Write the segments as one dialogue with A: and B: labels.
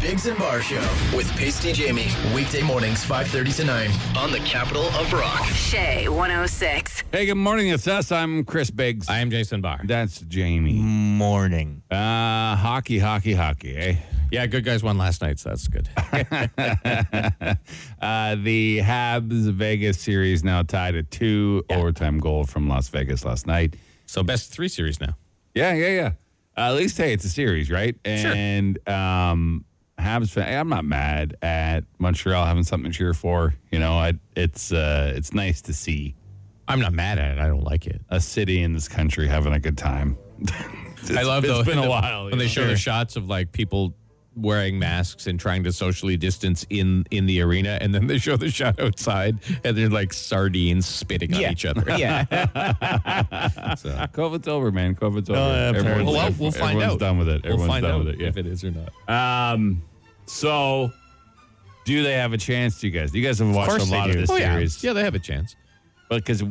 A: Biggs and Bar Show with Pasty Jamie. Weekday mornings, 5.30 to 9 on the capital of rock.
B: Shay 106.
C: Hey, good morning. It's us. I'm Chris Biggs.
D: I am Jason Barr.
C: That's Jamie.
E: morning.
C: Uh, hockey, hockey, hockey, eh?
D: Yeah, good guys won last night, so that's good.
C: Uh, the Habs Vegas series now tied at two overtime goal from Las Vegas last night.
D: so best three series now.
C: Yeah, yeah, yeah. Uh, at least, hey, it's a series, right? And um, Habs fan, I'm not mad at Montreal having something to cheer for. You know, I, it's uh, it's nice to see
D: I'm not mad at it. I don't like it.
C: a city in this country having a good time.
D: I love
C: it's
D: though.
C: been a while,
D: when they
C: you
D: show
C: know?
D: the shots of like people wearing masks and trying to socially distance in in the arena, and then they show the shot outside, and they're like sardines spitting on each other.
E: Yeah.
C: COVID's over, man. COVID's over.
D: Well,
C: Everyone's-
D: we'll find
C: everyone's
D: out.
C: done with it.
D: we'll
C: Everyone's
D: find
C: done
D: out
C: with it. Yeah.
D: if it is or not.
C: Um, so do they have a chance? Do you guys? You guys have watched a lot of this
D: Oh, yeah.
C: series,
D: yeah, they have a chance.
C: but because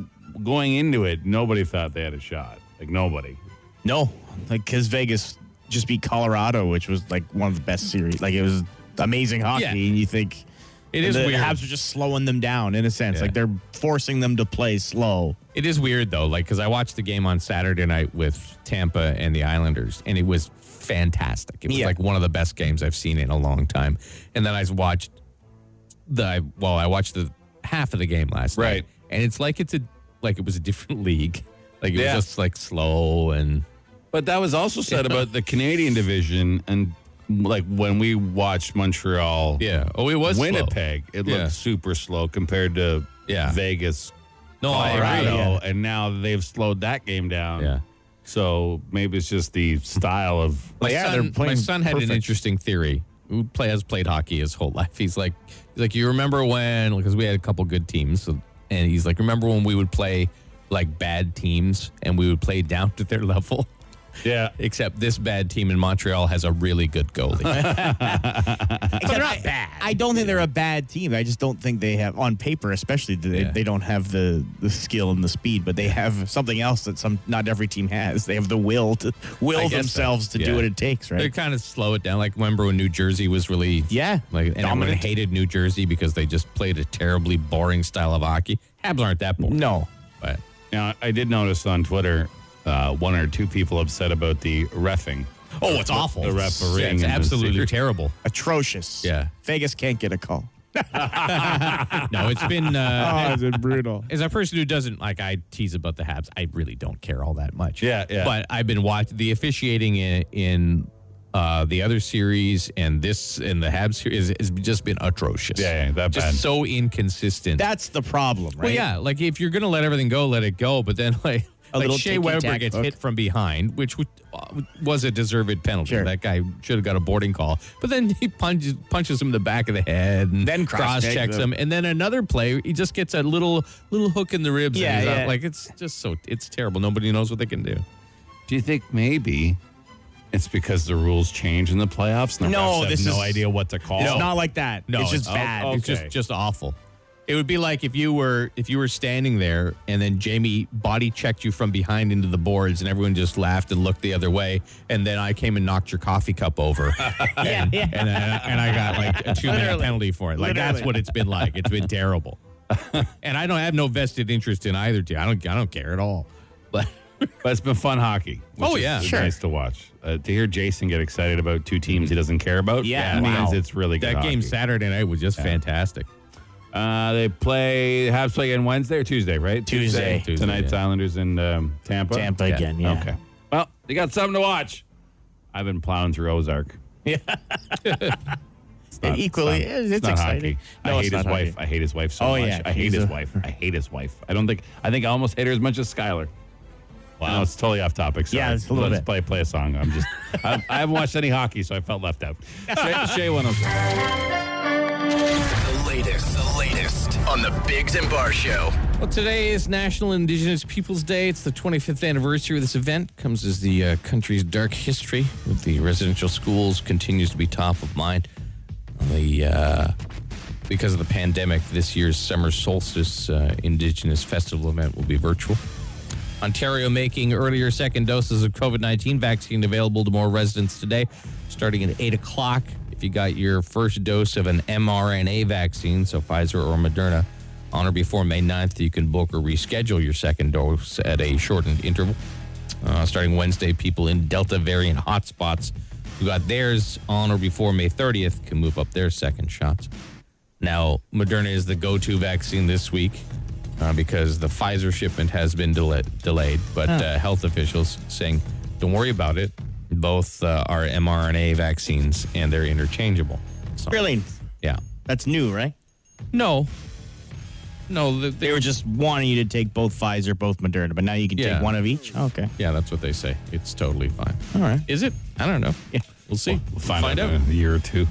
C: going into it, nobody thought they had a shot. Like nobody.
E: No, like because Vegas just beat Colorado, which was like one of the best series. Like it was amazing hockey,
D: Yeah.
E: and you think
D: It is
E: the
D: weird.
E: Habs are just slowing them down in a sense.
D: Yeah.
E: Like they're forcing them to play slow.
D: It is weird though, like because I watched the game on Saturday night with Tampa and the Islanders, and it was fantastic. It was
E: Yeah.
D: like one of the best games I've seen in a long time. And then I watched the well, I watched the half of the game last
C: Right.
D: night, and it's like it's a like it was a different league. Like it
C: Yeah.
D: was just like slow and
C: But that was also said about the Canadian division and like when we watched Montreal,
D: yeah. Oh, it was slow.
C: Winnipeg, it looked
D: Yeah.
C: super slow compared to
D: Yeah.
C: Vegas,
D: No, I agree.
C: Colorado, and now they've slowed that game down.
D: Yeah.
C: So maybe it's just the style of
D: My
E: yeah, they're
D: son, my
E: playing
D: son had an
E: perfect.
D: interesting theory. Who play, has played hockey his whole life. He's like, he's like, you remember when? Because we had a couple good teams, so- and he's like, remember when we would play like bad teams and we would play down to their level.
C: yeah.
D: Except this bad team in Montreal has a really good goalie.
E: they're not bad. I don't think they're a bad team. I just don't think they have, on paper especially, they,
D: Yeah.
E: they don't have the, the skill and the speed. But they have something else that some not every team has. They have the will to
D: I
E: will
D: guess so.
E: themselves to do
D: Yeah.
E: what it takes.
D: they
E: Right?
D: kind of slow it down. Like remember when New Jersey was really
E: Yeah.
D: like and everyone
E: Dominant.
D: hated New Jersey because they just played a terribly boring style of hockey. Habs aren't that boring.
E: No.
D: but
C: Now, I did notice on Twitter uh, one or two people upset about the refing.
D: oh, it's awful.
C: The refereeing
D: Yeah,
C: in
D: it's
C: the
D: absolutely
C: series.
D: terrible.
E: Atrocious.
D: Yeah.
E: Vegas can't get a call.
D: No, it's been. Uh,
E: is it brutal?
D: as a person who doesn't like, I tease about the Habs. I really don't care all that much.
C: Yeah, yeah.
D: But I've been watching the officiating in, in uh, the other series and this and the Habs series has just been atrocious.
C: Yeah, yeah, that
D: just
C: bad.
D: so inconsistent.
E: That's the problem, right?
D: well, yeah. Like if you're gonna let everything go, let it go. But then like.
E: A
D: like
E: little
D: Shea
E: ticky-tack
D: Weber gets
E: hook.
D: hit from behind, which would- uh, was a deserved penalty.
E: Sure.
D: That guy should have got a boarding call. But then he punches punches him in the back of the head, and
E: Then
D: cross
E: cross-check
D: checks
E: the-
D: him, and then another play, he just gets a little little hook in the ribs. and
E: Yeah,
D: he's out.
E: yeah.
D: Like it's just so it's terrible. Nobody knows what they can do.
C: Do you think maybe it's because the rules change in the playoffs and the
E: No,
C: refs have
E: this
C: no
E: is-
C: idea what to call?
E: It's not like that.
D: No,
E: it's just
D: oh,
E: bad.
D: It's
C: Okay.
D: just just awful. It would be like if you were if you were standing there and then Jamie body checked you from behind into the boards and everyone just laughed and looked the other way and then I came and knocked your coffee cup over. yeah, and,
E: yeah.
D: And, I, and I got like a two minute penalty for it. Like that's
E: Literally.
D: what it's been like. It's been terrible. and I don't have no vested interest in either team. I don't I don't care at all. But
C: But it's been fun hockey. which
D: Oh,
C: is
D: yeah. Sure.
C: nice to watch. Uh, to hear Jason get excited about two teams he doesn't care about.
E: Yeah,
C: that
E: wow.
C: means it's really good.
D: that game
C: hockey.
D: Saturday night was just fantastic.
C: Uh, they play Habs play again Wednesday or Tuesday, right?
E: Tuesday.
D: Tuesday,
C: Tonight's Islanders in um, Tampa.
E: Tampa again, yeah.
C: Okay. Well, you got something to watch. I've been plowing through Ozark.
E: It equally, it's,
C: Uh, not
E: exciting.
C: Hockey. I
E: it's
C: hate
E: not
C: his wife.
E: hockey.
C: I hate his wife so
E: Oh,
C: much.
E: yeah,
C: I hate
E: she's
C: his
E: a-
C: wife. I hate his wife. I don't think. I think I almost hate her as much as Skylar. Wow, it's totally off topic. Sorry.
E: Yeah, it's a little
C: Let's
E: bit.
C: play play a song. I'm just. I, I haven't watched any hockey, so I felt left out. Shay, Shay one
A: The latest, the latest on the Biggs and Bar Show.
D: Well, today is National Indigenous Peoples Day. It's the 25th anniversary of this event. Comes as the uh, country's dark history with the residential schools continues to be top of mind. The uh, because of the pandemic, this year's summer solstice uh, Indigenous festival event will be virtual. Ontario making earlier second doses of COVID 19 vaccine available to more residents today, starting at 8 o'clock. If if you got your first dose of an mRNA vaccine, so Pfizer or Moderna, on or before May 9th, you can book or reschedule your second dose at a shortened interval. Uh, starting Wednesday, people in Delta variant hotspots who got theirs on or before May 30th can move up their second shots. Now, Moderna is the go to vaccine this week uh, because the Pfizer shipment has been dela- delayed, but uh, health officials saying, don't worry about it. Both uh, are mRNA vaccines and they're interchangeable. So,
E: Really?
D: Yeah.
E: That's new, right?
D: No. No, the,
E: They were just wanting you to take both Pfizer, both Moderna, but now you can
D: Yeah.
E: take one of each. okay.
D: yeah, that's what they say. It's totally fine.
E: All right.
D: Is it? I don't know.
E: Yeah.
D: We'll see.
C: We'll find, out, in a year or two.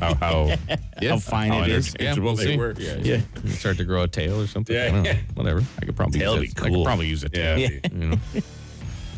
C: how how,
D: Yeah.
E: How
D: Oh,
E: fine
C: how
E: it is.
D: Yeah,
C: interchangeable
D: we'll
C: they
D: see.
C: were. Yeah, yeah.
E: Yeah.
D: You start to grow a tail or something.
C: Yeah,
D: I don't know.
C: yeah.
D: Whatever. I could probably
C: Tail
D: use
C: be
D: it. I
C: cool.
D: could probably use a tail.
C: Yeah.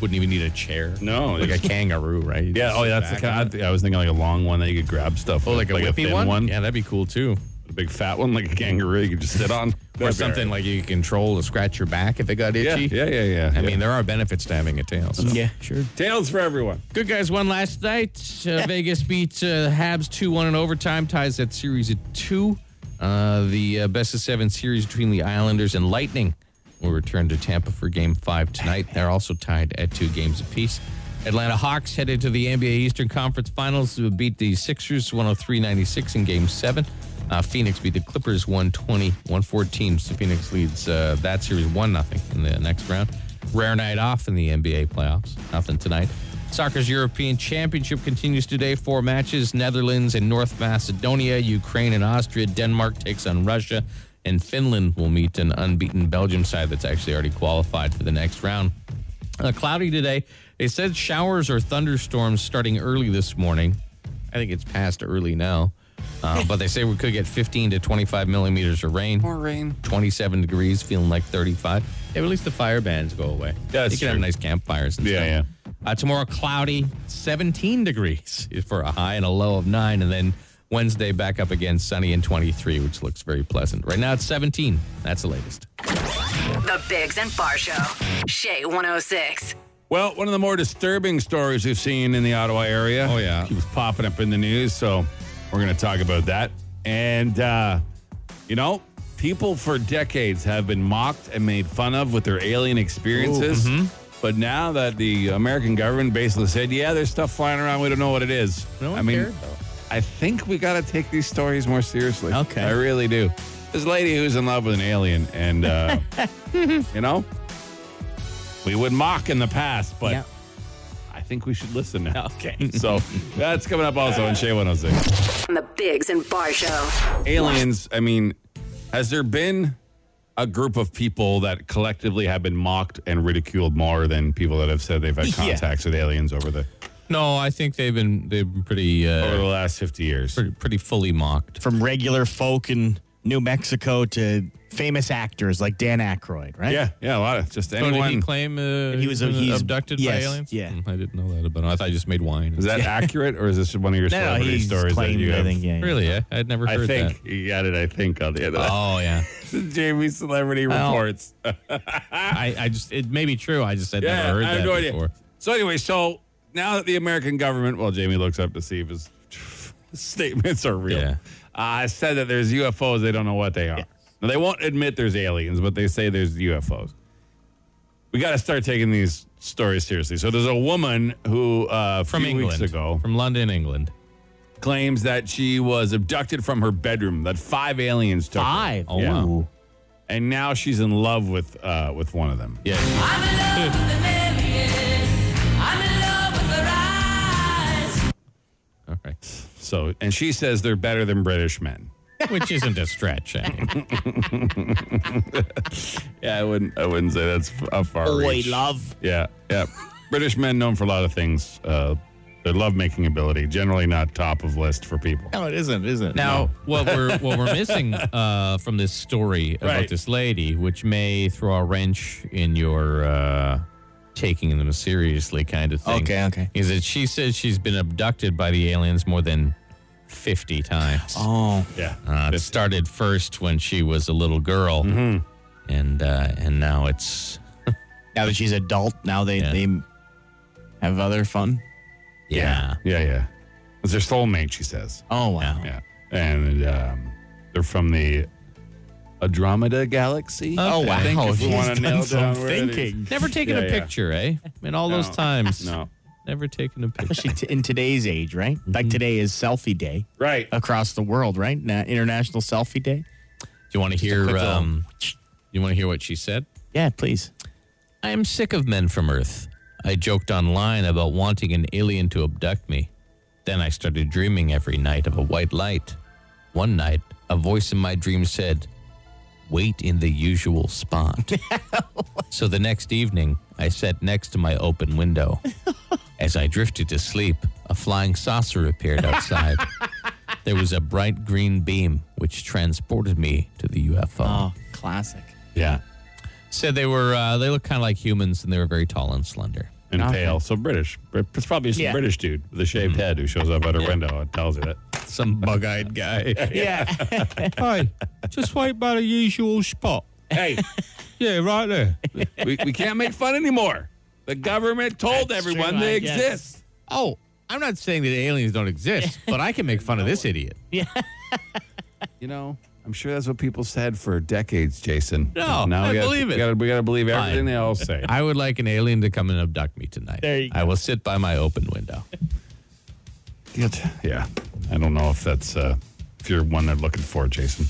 D: Wouldn't even need a chair.
C: No,
D: Like a
C: it's-
D: kangaroo, right? You
C: Yeah,
D: just
C: oh,
D: sit
C: yeah, that's the
D: back
C: kind
D: on
C: of, I th- I was thinking like a long one that you could grab stuff.
D: it. Oh, like a whippy
C: thin
D: one? Yeah, that'd be cool too.
C: a big fat one, like a kangaroo you could just sit on.
D: or something like you could control to scratch your back if it got
C: Yeah,
D: itchy.
C: yeah, yeah, yeah.
D: I
C: yeah.
D: mean, there are benefits to having a tail. So.
E: Yeah, sure.
C: tails for everyone.
D: Good guys won last night. Uh, Vegas beat uh, Habs 2 1 in overtime, ties that series at 2. Uh, the uh, best of seven series between the Islanders and Lightning will return to Tampa for game five tonight. They're also tied at two games apiece. Atlanta Hawks headed to the NBA Eastern Conference Finals to beat the Sixers 103 96 in game seven. Uh, Phoenix beat the Clippers 120 114. So Phoenix leads uh, that series 1 0 in the next round. Rare night off in the NBA playoffs. Nothing tonight. Soccer's European Championship continues today. Four matches Netherlands and North Macedonia, Ukraine and Austria, Denmark takes on Russia, and Finland will meet an unbeaten Belgium side that's actually already qualified for the next round. Uh, cloudy today. They said showers or thunderstorms starting early this morning. I think it's past early now. Uh, but they say we could get 15 to 25 millimeters of rain. More rain. 27 degrees, feeling like 35. Yeah, at least the fire bans go away.
C: Yeah, that's
D: you can have
C: true.
D: nice campfires and
C: Yeah,
D: stuff.
C: yeah.
D: Uh, tomorrow, cloudy, 17 degrees for a high and a low of 9. And then Wednesday, back up again, sunny and 23, which looks very pleasant. Right now, it's 17. That's the latest.
B: The Bigs and Bar Show. Shay 106.
C: Well, one of the more disturbing stories we've seen in the Ottawa area.
D: Oh, yeah.
C: Keeps popping up in the news. So we're going to talk about that. And, uh, you know, people for decades have been mocked and made fun of with their alien experiences. But now that the American government basically said, yeah, there's stuff flying around, we don't know what it is.
D: No one
C: I mean,
D: cared, though.
C: I think we got to take these stories more seriously.
E: Okay.
C: I really do. This lady who's in love with an alien, and, uh, you know, we would mock in the past, but.
E: Yeah.
C: I think we should listen now.
E: Okay.
C: So that's coming up also on Shea 106.
B: On the Bigs and Bar Show.
C: Aliens, I mean, has there been a group of people that collectively have been mocked and ridiculed more than people that have said they've had
E: Yeah.
C: contacts with aliens over the
D: No, I think they've been they've been pretty
C: over the
D: uh,
C: last 50 years?
D: pretty, pretty fully mocked.
E: From regular folk in New Mexico to famous actors like Dan Aykroyd, right?
C: Yeah, yeah, a lot of just
D: So did he
C: anyone.
D: claim uh,
E: he was-
D: uh,
E: he's-
D: abducted by
E: yes,
D: aliens?
E: yeah.
D: Mm, I didn't know that about him. I thought he just made wine.
C: Is that accurate or is this one of your
E: No,
C: celebrity
E: he's
C: stories
E: claimed,
C: that you have?
E: I think, yeah. yeah.
D: really? eh? I, I'd never
C: I
D: heard
C: think you got it. I think on the end of
D: that.
C: that.
D: Oh yeah.
C: This is Jamie's
E: Oh.
C: celebrity reports.
D: I, I just it may be true. I just had never heard
C: I have
D: that
C: no idea.
D: before.
C: So anyway, so now that the American government, well, Jamie looks up to see if his statements are real.
D: Yeah.
C: Uh, said that there's UFOs. They don't know what they are. Now, they won't admit there's aliens, but they say there's UFOs. We got to start taking these stories seriously. So there's a woman who uh, a
D: From
C: few
D: England.
C: weeks ago
D: From London, England.
C: claims that she was abducted from her bedroom. That five aliens took her.
E: Five.
D: Oh,
C: Yeah.
D: wow.
C: and now she's in love with uh, with one of them.
D: Yeah. All right.
C: So and she says they're better than British men.
D: Which isn't a stretch. I mean.
C: Yeah, I wouldn't. I wouldn't say that's f- a far
E: Boy,
C: reach.
E: love.
C: Yeah, yeah. British men known for a lot of things. Uh, their lovemaking ability generally not top of list for people.
E: No, it isn't, isn't it?
D: Now, what we're what we're missing uh, from this story about
C: Right.
D: this lady, which may throw a wrench in your uh, taking them seriously kind of thing.
E: Okay, okay.
D: Is that she says she's been abducted by the aliens more than fifty times?
E: Oh.
C: Yeah,
D: Uh, it started first when she was a little girl,
E: Mm-hmm.
D: and uh, and now it's
E: Now that she's adult, now they,
D: Yeah.
E: they have other fun.
D: yeah.
C: yeah, yeah. It's their soulmate, she says.
E: Oh wow.
C: Yeah. And um, they're from the Andromeda Galaxy.
E: Oh
C: I think
E: wow.
C: if we
E: She's
C: want to
E: done
C: nail
E: some
C: down where it is.
E: thinking.
D: Never taken
C: Yeah,
D: a
C: yeah.
D: picture, eh? In all those
C: No.
D: times.
C: No.
D: Never taken a picture.
E: Especially t- in today's age, right? Like today is selfie day
C: Right.
E: across the world, right? Na- International Selfie Day.
D: Do you want to
E: a
D: hear?
E: quick little-
D: Um, you want to hear what she said?
E: Yeah, please.
D: I am sick of men from Earth. I joked online about wanting an alien to abduct me. Then I started dreaming every night of a white light. One night, a voice in my dream said, Wait in the usual spot. so the next evening, I sat next to my open window. As I drifted to sleep, a flying saucer appeared outside. there was a bright green beam which transported me to the UFO
E: Oh, classic.
C: Yeah.
D: said they were uh, they looked kind of like humans and they were very tall and slender.
C: And pale. So British. It's probably some
E: Yeah.
C: British dude with a shaved head who shows up at her window and tells her that.
D: Some bug-eyed guy.
E: Yeah.
D: hey, just wait by the usual spot.
C: Hey,
D: Yeah, right there.
C: we, we can't make fun anymore. The government told
E: That's
C: everyone
E: true,
C: they
E: I guess.
C: exist.
D: Oh, I'm not saying that aliens don't exist, but I can make fun of this idiot.
C: You know, I'm sure that's what people said for decades, Jason.
D: No,
C: now
D: I
C: we gotta,
D: believe it.
C: We gotta, we gotta believe everything
D: Fine.
C: they all say.
D: I would like an alien to come and abduct me tonight.
E: There you go.
D: I will sit by my open window.
C: Yeah, I don't know if that's uh, if you're one they're looking for, Jason.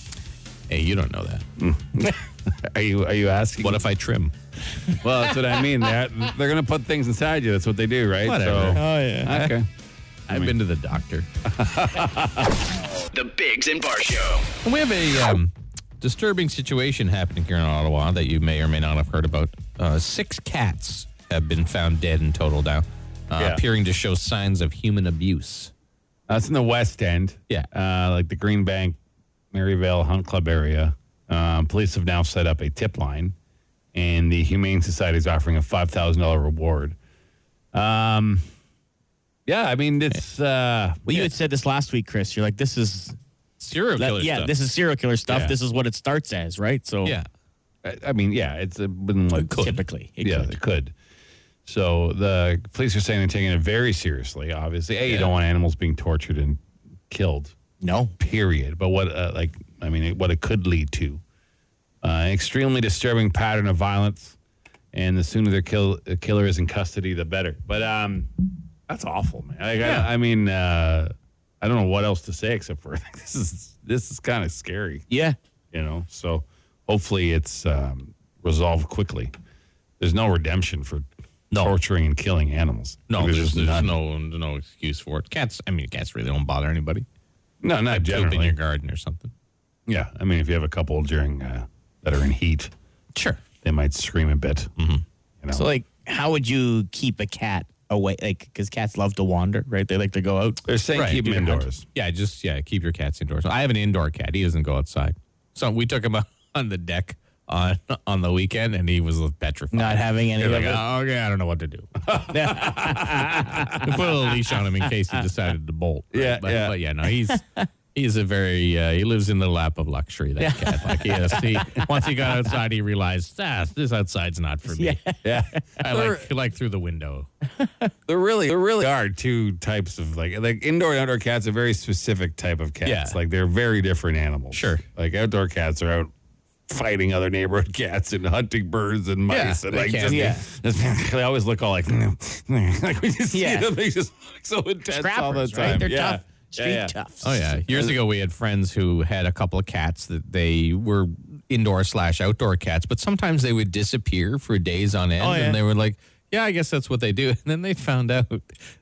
D: Hey, you don't know that.
C: Are you are you asking?
D: What if I trim?
C: well, that's what I mean. They're, they're gonna put things inside you. That's what they do, right?
D: Whatever. Uh,
E: oh yeah.
C: So, okay.
D: I've been to the doctor.
A: The Bigs and Bar Show.
D: We have a um, disturbing situation happening here in Ottawa that you may or may not have heard about. Uh, six cats have been found dead in total now, uh,
C: Yeah.
D: appearing to show signs of human abuse.
C: That's Uh, in the West End.
D: Yeah.
C: Uh, like the Green Bank, Maryvale Hunt Club area. Um, police have now set up a tip line, and the Humane Society is offering a $5,000 reward. Um, yeah, I mean, it's. Uh,
E: Well, you had said this last week, Chris. You're like, this is
D: Serial
E: That-
D: killer
E: yeah,
D: stuff.
E: this is serial killer stuff.
C: Yeah.
E: This is what it starts as, right? So
D: yeah.
C: I- I mean, yeah, it's uh, been like
E: typically, it
C: yeah,
E: could.
C: it could. So the police are saying they're taking it very seriously. Obviously, a you
D: Yeah.
C: don't want animals being tortured and killed.
E: no,
C: Period. But what, uh, like, I mean, it- what it could lead to, uh, extremely disturbing pattern of violence. And the sooner their kill, the killer is in custody, the better. But um, that's awful, man. Like,
D: Yeah.
C: I, I mean, uh, I don't know what else to say except for like, this is this is kind of scary
E: yeah,
C: you know so hopefully it's um, resolved quickly there's no redemption for torturing and killing animals
D: No,
C: Like,
D: there's, there's no no excuse for it. Cats, I mean, cats really don't bother anybody.
C: no not
D: Poop in your
C: generally
D: garden or something.
C: yeah i mean if you have a couple during uh, that are in heat
D: Sure.
C: they might scream a bit mm-hmm. you know
E: So like, how would you keep a cat away? Like, because cats love to wander, right? They like to go out.
C: they're saying
D: Right,
C: keep them
D: do the hunt.
C: indoors
D: Yeah, just yeah, keep your cats indoors. I have an indoor cat. He doesn't go outside. So we took him out on the deck on on the weekend, and he was petrified.
E: Not having any
D: They're like,
E: of it.
D: oh, okay, I don't know what to do. we put a little leash on him in case he decided to bolt. right?
C: Yeah,
D: but,
C: yeah.
D: but yeah, no, he's he's a very uh, he lives in the lap of luxury. That cat, like he, has, he once he got outside, he realized ah, this outside's not for me.
C: yeah
D: I like like through the window.
C: there really there really are two types of like like indoor and outdoor cats are very specific type of cats
D: Yeah.
C: like they're very different animals
D: Sure.
C: like outdoor cats are out fighting other neighborhood cats and hunting birds and mice
D: Yeah,
C: and
D: they
C: like
D: can
C: just,
E: be. Yeah.
C: just- they always look all like like we just see
E: Yeah.
C: them they just look so intense all the
E: Trappers,
C: time
E: right? They're
C: yeah.
E: tough. Street
C: yeah, yeah.
E: toughs.
D: Oh yeah. Years ago, we had friends who had a couple of cats that they were indoor slash outdoor cats, but sometimes they would disappear for days on end,
E: Oh, yeah.
D: and they were like, "Yeah, I guess that's what they do." And then they found out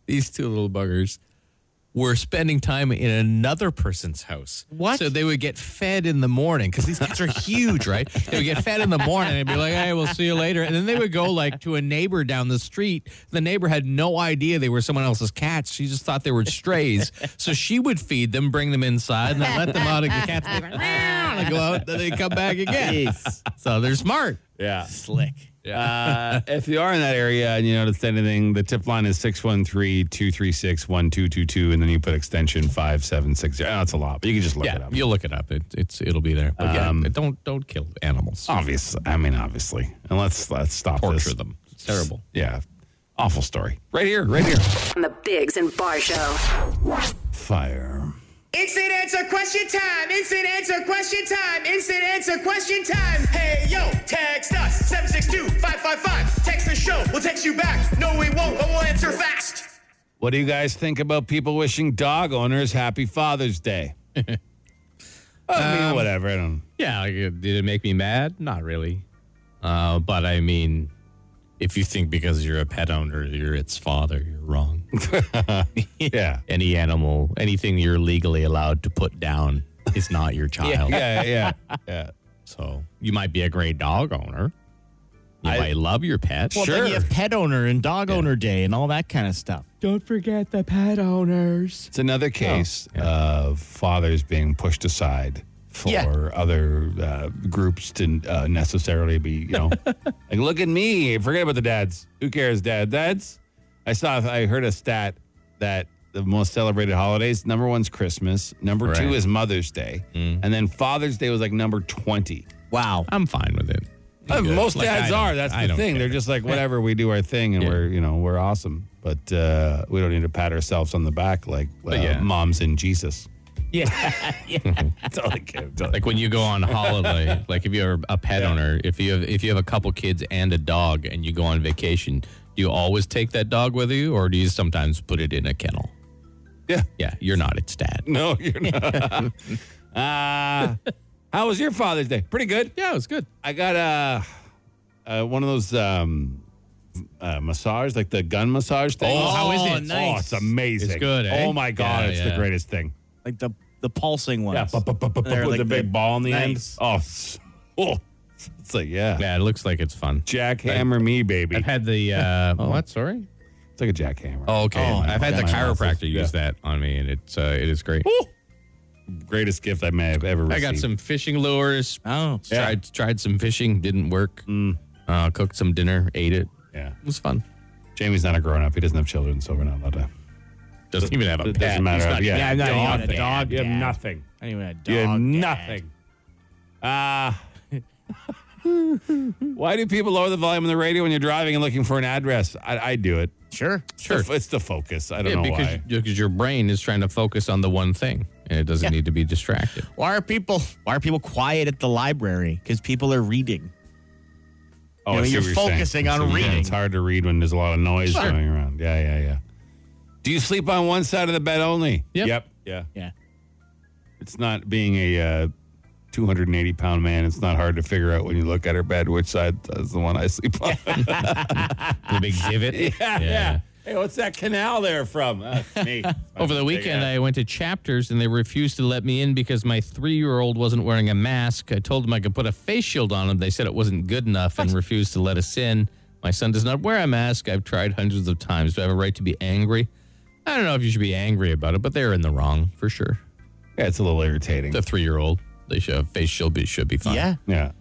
D: these two little buggers were spending time in another person's house.
E: What?
D: So they would get fed in the morning because these cats are huge, right? They would get fed in the morning and be like, "Hey, we'll see you later," and then they would go like to a neighbor down the street. The neighbor had no idea they were someone else's cats. She just thought they were strays. so she would feed them, bring them inside, and then let them out. And the cats would be like, "Meow," and they go out, then they come back again.
E: Jeez.
D: So they're smart.
C: yeah
E: slick.
C: uh, if you are in that area and you notice anything, the tip line is 613-236-1222, and then you put extension 5760. Oh, that's a lot, but you can just look it
D: yeah,
C: up. Um,
D: you'll look it up. It, it's it'll be there. But yeah, don't don't kill animals.
C: Obviously, I mean, obviously, and let's let's stop
D: Torture
C: this.
D: them. It's terrible.
C: Yeah, Awful story. Right here, right here.
B: on the Bigs and Bar Show.
C: Fire.
F: Instant answer question time. Instant answer question time. Instant answer question time. Hey yo, text us 762-555. Text the show. We'll text you back. No, we won't, but we'll answer fast.
C: What do you guys think about people wishing dog owners happy Father's Day? I
D: Um,
C: mean, whatever. I don't.
D: Yeah, like, it- did it make me mad? Not really. Uh, but I mean, if you think because you're a pet owner, you're its father, you're wrong.
C: Yeah.
D: Any animal, anything you're legally allowed to put down is not your child.
C: Yeah, yeah, yeah.
D: So you might be a great dog owner. You might love your pet.
E: Well, then you have pet owner and dog owner day and all that kind of stuff.
D: Don't forget the pet owners.
C: It's another case of fathers being pushed aside for
E: Yeah.
C: other uh, groups to uh, necessarily be, you know, like, look at me. Forget about the dads. Who cares, dad? Dads? I saw, I heard a stat that the most celebrated holidays number one's Christmas, number two
D: Right.
C: is Mother's Day, and then Father's Day was like number 20.
E: Wow.
D: I'm fine with it.
C: Uh,
D: Good.
C: most
D: Like, I
C: dads
D: don't-
C: are. That's
D: I
C: the
D: don't
C: thing.
D: care.
C: They're just like, whatever, we do our thing and
D: Yeah.
C: we're, you know, we're awesome. But uh, we don't need to pat ourselves on the back like uh,
D: yeah.
C: moms in Jesus.
E: Yeah.
C: That's all I care. That's all I
D: Like when you go on holiday, like if you're a pet owner, if you have if you have a couple kids and a dog and you go on vacation, do you always take that dog with you or do you sometimes put it in a kennel?
C: Yeah.
D: Yeah, you're not its dad.
C: No, you're not. uh, how was your Father's Day? Pretty good.
D: Yeah, it was good.
C: I got uh, uh, one of those um, uh, massage, like the gun massage thing.
D: Oh, how is it?
C: Oh, it's amazing.
D: It's good, eh?
C: Oh my god,
D: Yeah,
C: it's the
D: yeah.
C: greatest thing.
E: Like the the pulsing ones.
C: Yeah, bu- bu- bu- bu-
E: They're
C: with
E: like
C: the big
E: the-
C: ball in the
E: Nice.
C: end. Oh, s- oh, it's like yeah,
D: Yeah, it looks like it's fun.
C: jackhammer me, baby.
D: I've had the uh what, sorry?
C: it's like a jackhammer.
D: Oh, okay.
E: Oh,
D: I've had the
E: that
D: chiropractor
C: Yeah.
D: use that on me and it's uh it is great.
C: Woo! greatest gift I may have ever
D: I
C: received.
D: got some fishing lures.
E: Oh.
D: Tried tried some fishing, didn't work.
C: Mm.
D: Uh, cooked some dinner, ate it.
C: Yeah,
D: It was fun.
C: Jamie's not a grown up. He doesn't have children, so we're not allowed to.
D: Doesn't even have a
C: It
D: pet.
C: doesn't matter.
D: He's not
C: yeah,
E: yeah, I'm not even a
C: dog,
E: dog
C: You have
E: dad.
C: nothing.
E: I don't even have a dog.
C: You have
E: dad.
C: nothing. Uh, why do people lower the volume on the radio when you're driving and looking for an address? I, I do it.
E: Sure.
C: It's the, it's the focus. I don't know
D: because,
C: why.
D: because your brain is trying to focus on the one thing and it doesn't need to be distracted.
E: Why are people why are people quiet at the library? Because people are reading.
C: Oh,
E: You know,
C: I see
E: you're
C: what saying.
E: focusing on
C: So, yeah,
E: reading.
C: it's hard to read when there's a lot of noise
E: Sure.
C: going around. Yeah, yeah, yeah. Do you sleep on one side of the bed only?
D: Yep.
C: Yeah.
E: Yeah.
C: It's not being a uh, 280 pound man. It's not hard to figure out when you look at her bed which side is the one I sleep on.
D: The big divot.
C: Hey, what's that canal there from? Uh, me.
D: Over the weekend, I went to Chapters and they refused to let me in because my three year old wasn't wearing a mask. I told them I could put a face shield on him. They said it wasn't good enough and refused to let us in. My son does not wear a mask. I've tried hundreds of times. Do I have a right to be angry? I don't know if you should be angry about it, but they're in the wrong for sure.
C: Yeah, it's a little irritating.
D: The three year old, they should have face shield, be, should be fine.
E: Yeah.
C: yeah.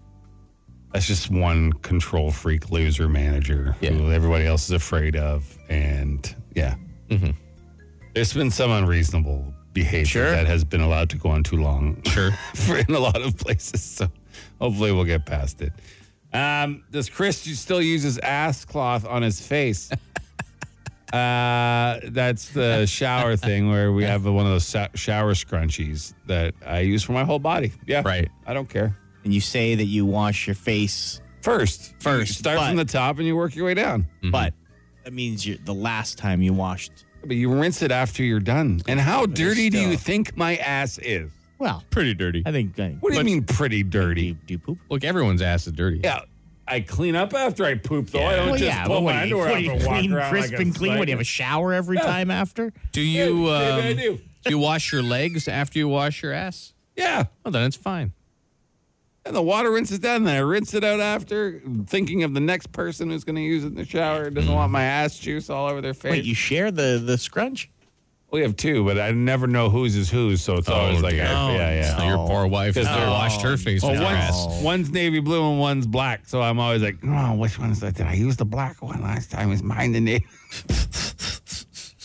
C: That's just one control freak loser manager
D: Yeah.
C: who everybody else is afraid of. And yeah.
D: Mm-hmm.
C: There's been some unreasonable behavior
E: Sure.
C: that has been allowed to go on too long
D: Sure.
C: for in a lot of places. So hopefully we'll get past it. Um, does Chris still use his ass cloth on his face? Uh, that's the shower thing where we have one of those sho- shower scrunchies that I use for my whole body. Yeah,
D: Right.
C: I don't care.
E: And you say that you wash your face,
C: Mm-hmm. First,
E: First,
C: You start from the
E: but- Mm.
C: top and you work your way down.
E: but that means you the last time you washed.
C: But you rinse it after you're done. And how dirty do you
E: still-
C: think my ass is?
E: Well,
D: Pretty dirty.
E: I think I,
C: What do you
E: but-
C: mean, pretty
E: Do
C: dirty?
E: you, do you poop?
D: Look, everyone's ass is dirty.
C: Yeah, I clean up after I poop, though. I don't
E: Well,
C: just
E: yeah,
C: pull
E: but what
C: my
E: do you,
C: underwear
E: what
C: off
E: do you
C: and walk
E: clean,
C: around
E: crisp
C: like a
E: and clean? What do you have a
C: slag.
E: shower every time after?
D: Do you
C: Yeah,
D: um,
C: maybe I do.
D: you wash your legs after you wash your ass?
C: Yeah.
E: Oh,
D: Well, then it's fine.
C: And the water rinses down, then I rinse it out after, thinking of the next person who's going to use it in the shower. Doesn't
E: Mm.
C: want my ass juice all over their face.
E: Wait, you share the the scrunch?
C: we have two, but I never know whose is whose, so it's
E: Oh,
C: always like,
D: dear.
C: I, yeah, Oh,
D: So
C: yeah.
D: your poor wife has
C: they're-
D: washed her face
C: Well,
D: with your ass.
C: one's, one's navy blue and one's black, so I'm always like, oh, which one's that? Did I use the black one last time? Is mine the navy?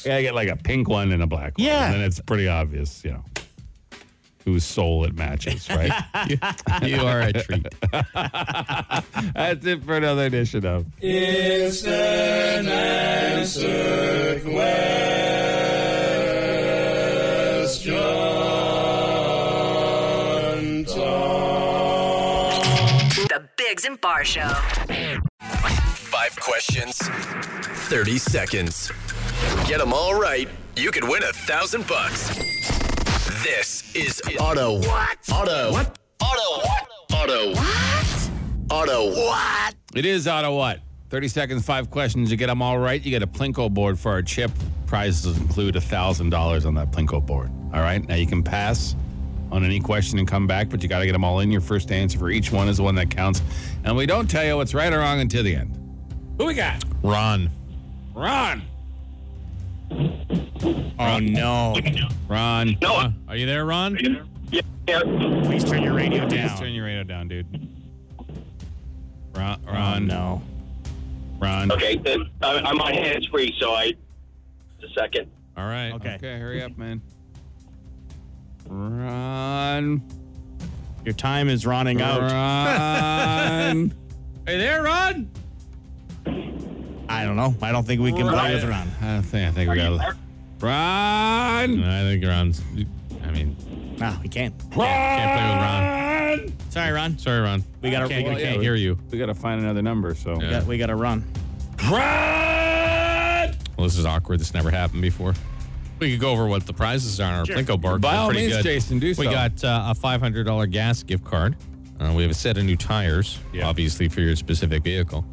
C: yeah, I get like a pink one and a black one.
E: Yeah.
C: And then it's pretty obvious, you know. whose soul it matches, right?
D: You are a treat.
C: That's it for another edition of
B: The Bigs and Bar Show.
A: Five questions, 30 seconds. Get them all right, you could win a thousand bucks. This is Auto. What? Auto. What? Auto. What? Auto. What? Auto. What?
C: It is out of what? 30 seconds, five questions. You get them all right. You get a Plinko board for our chip. Prizes include $1,000 on that Plinko board. All right. Now you can pass on any question and come back, but you got to get them all in. Your first answer for each one is the one that counts. And we don't tell you what's right or wrong until the end. Who we got?
D: Ron.
C: Ron.
E: Oh no!
C: Ron.
D: Uh, are you there, Ron?
E: Please turn your radio
C: Please turn
E: down.
C: your radio down, dude. Ron.
E: Oh
C: Ron.
E: no!
C: Ron.
G: Okay, uh, I- I'm on hands free, so I. Just a second.
D: All right.
E: Okay.
C: Okay, hurry up, man. Ron.
E: Your time is running out.
C: Ron.
D: Are you there, Ron?
E: I don't know. I don't think we can play with Ron.
C: I don't think I think we got Ron.
D: I think Ron's. I mean,
E: No, we can't.
D: can't
C: play with Ron.
E: Sorry, Ron.
D: sorry, Ron.
E: We gotta-
D: I can't,
E: we
D: I
E: gotta-
D: can't hear you.
C: We got to find another number. So
E: We got, we got to run.
C: Ron.
D: Well, this is awkward. This never happened before. We could go over what the prizes are on our Plinko board.
C: By
D: They're
C: all
D: pretty
C: means, Jason, do
D: We
C: so.
D: got uh, a $500 gas gift card. Uh, we have a set of new tires,
C: Yeah.
D: obviously for your specific vehicle.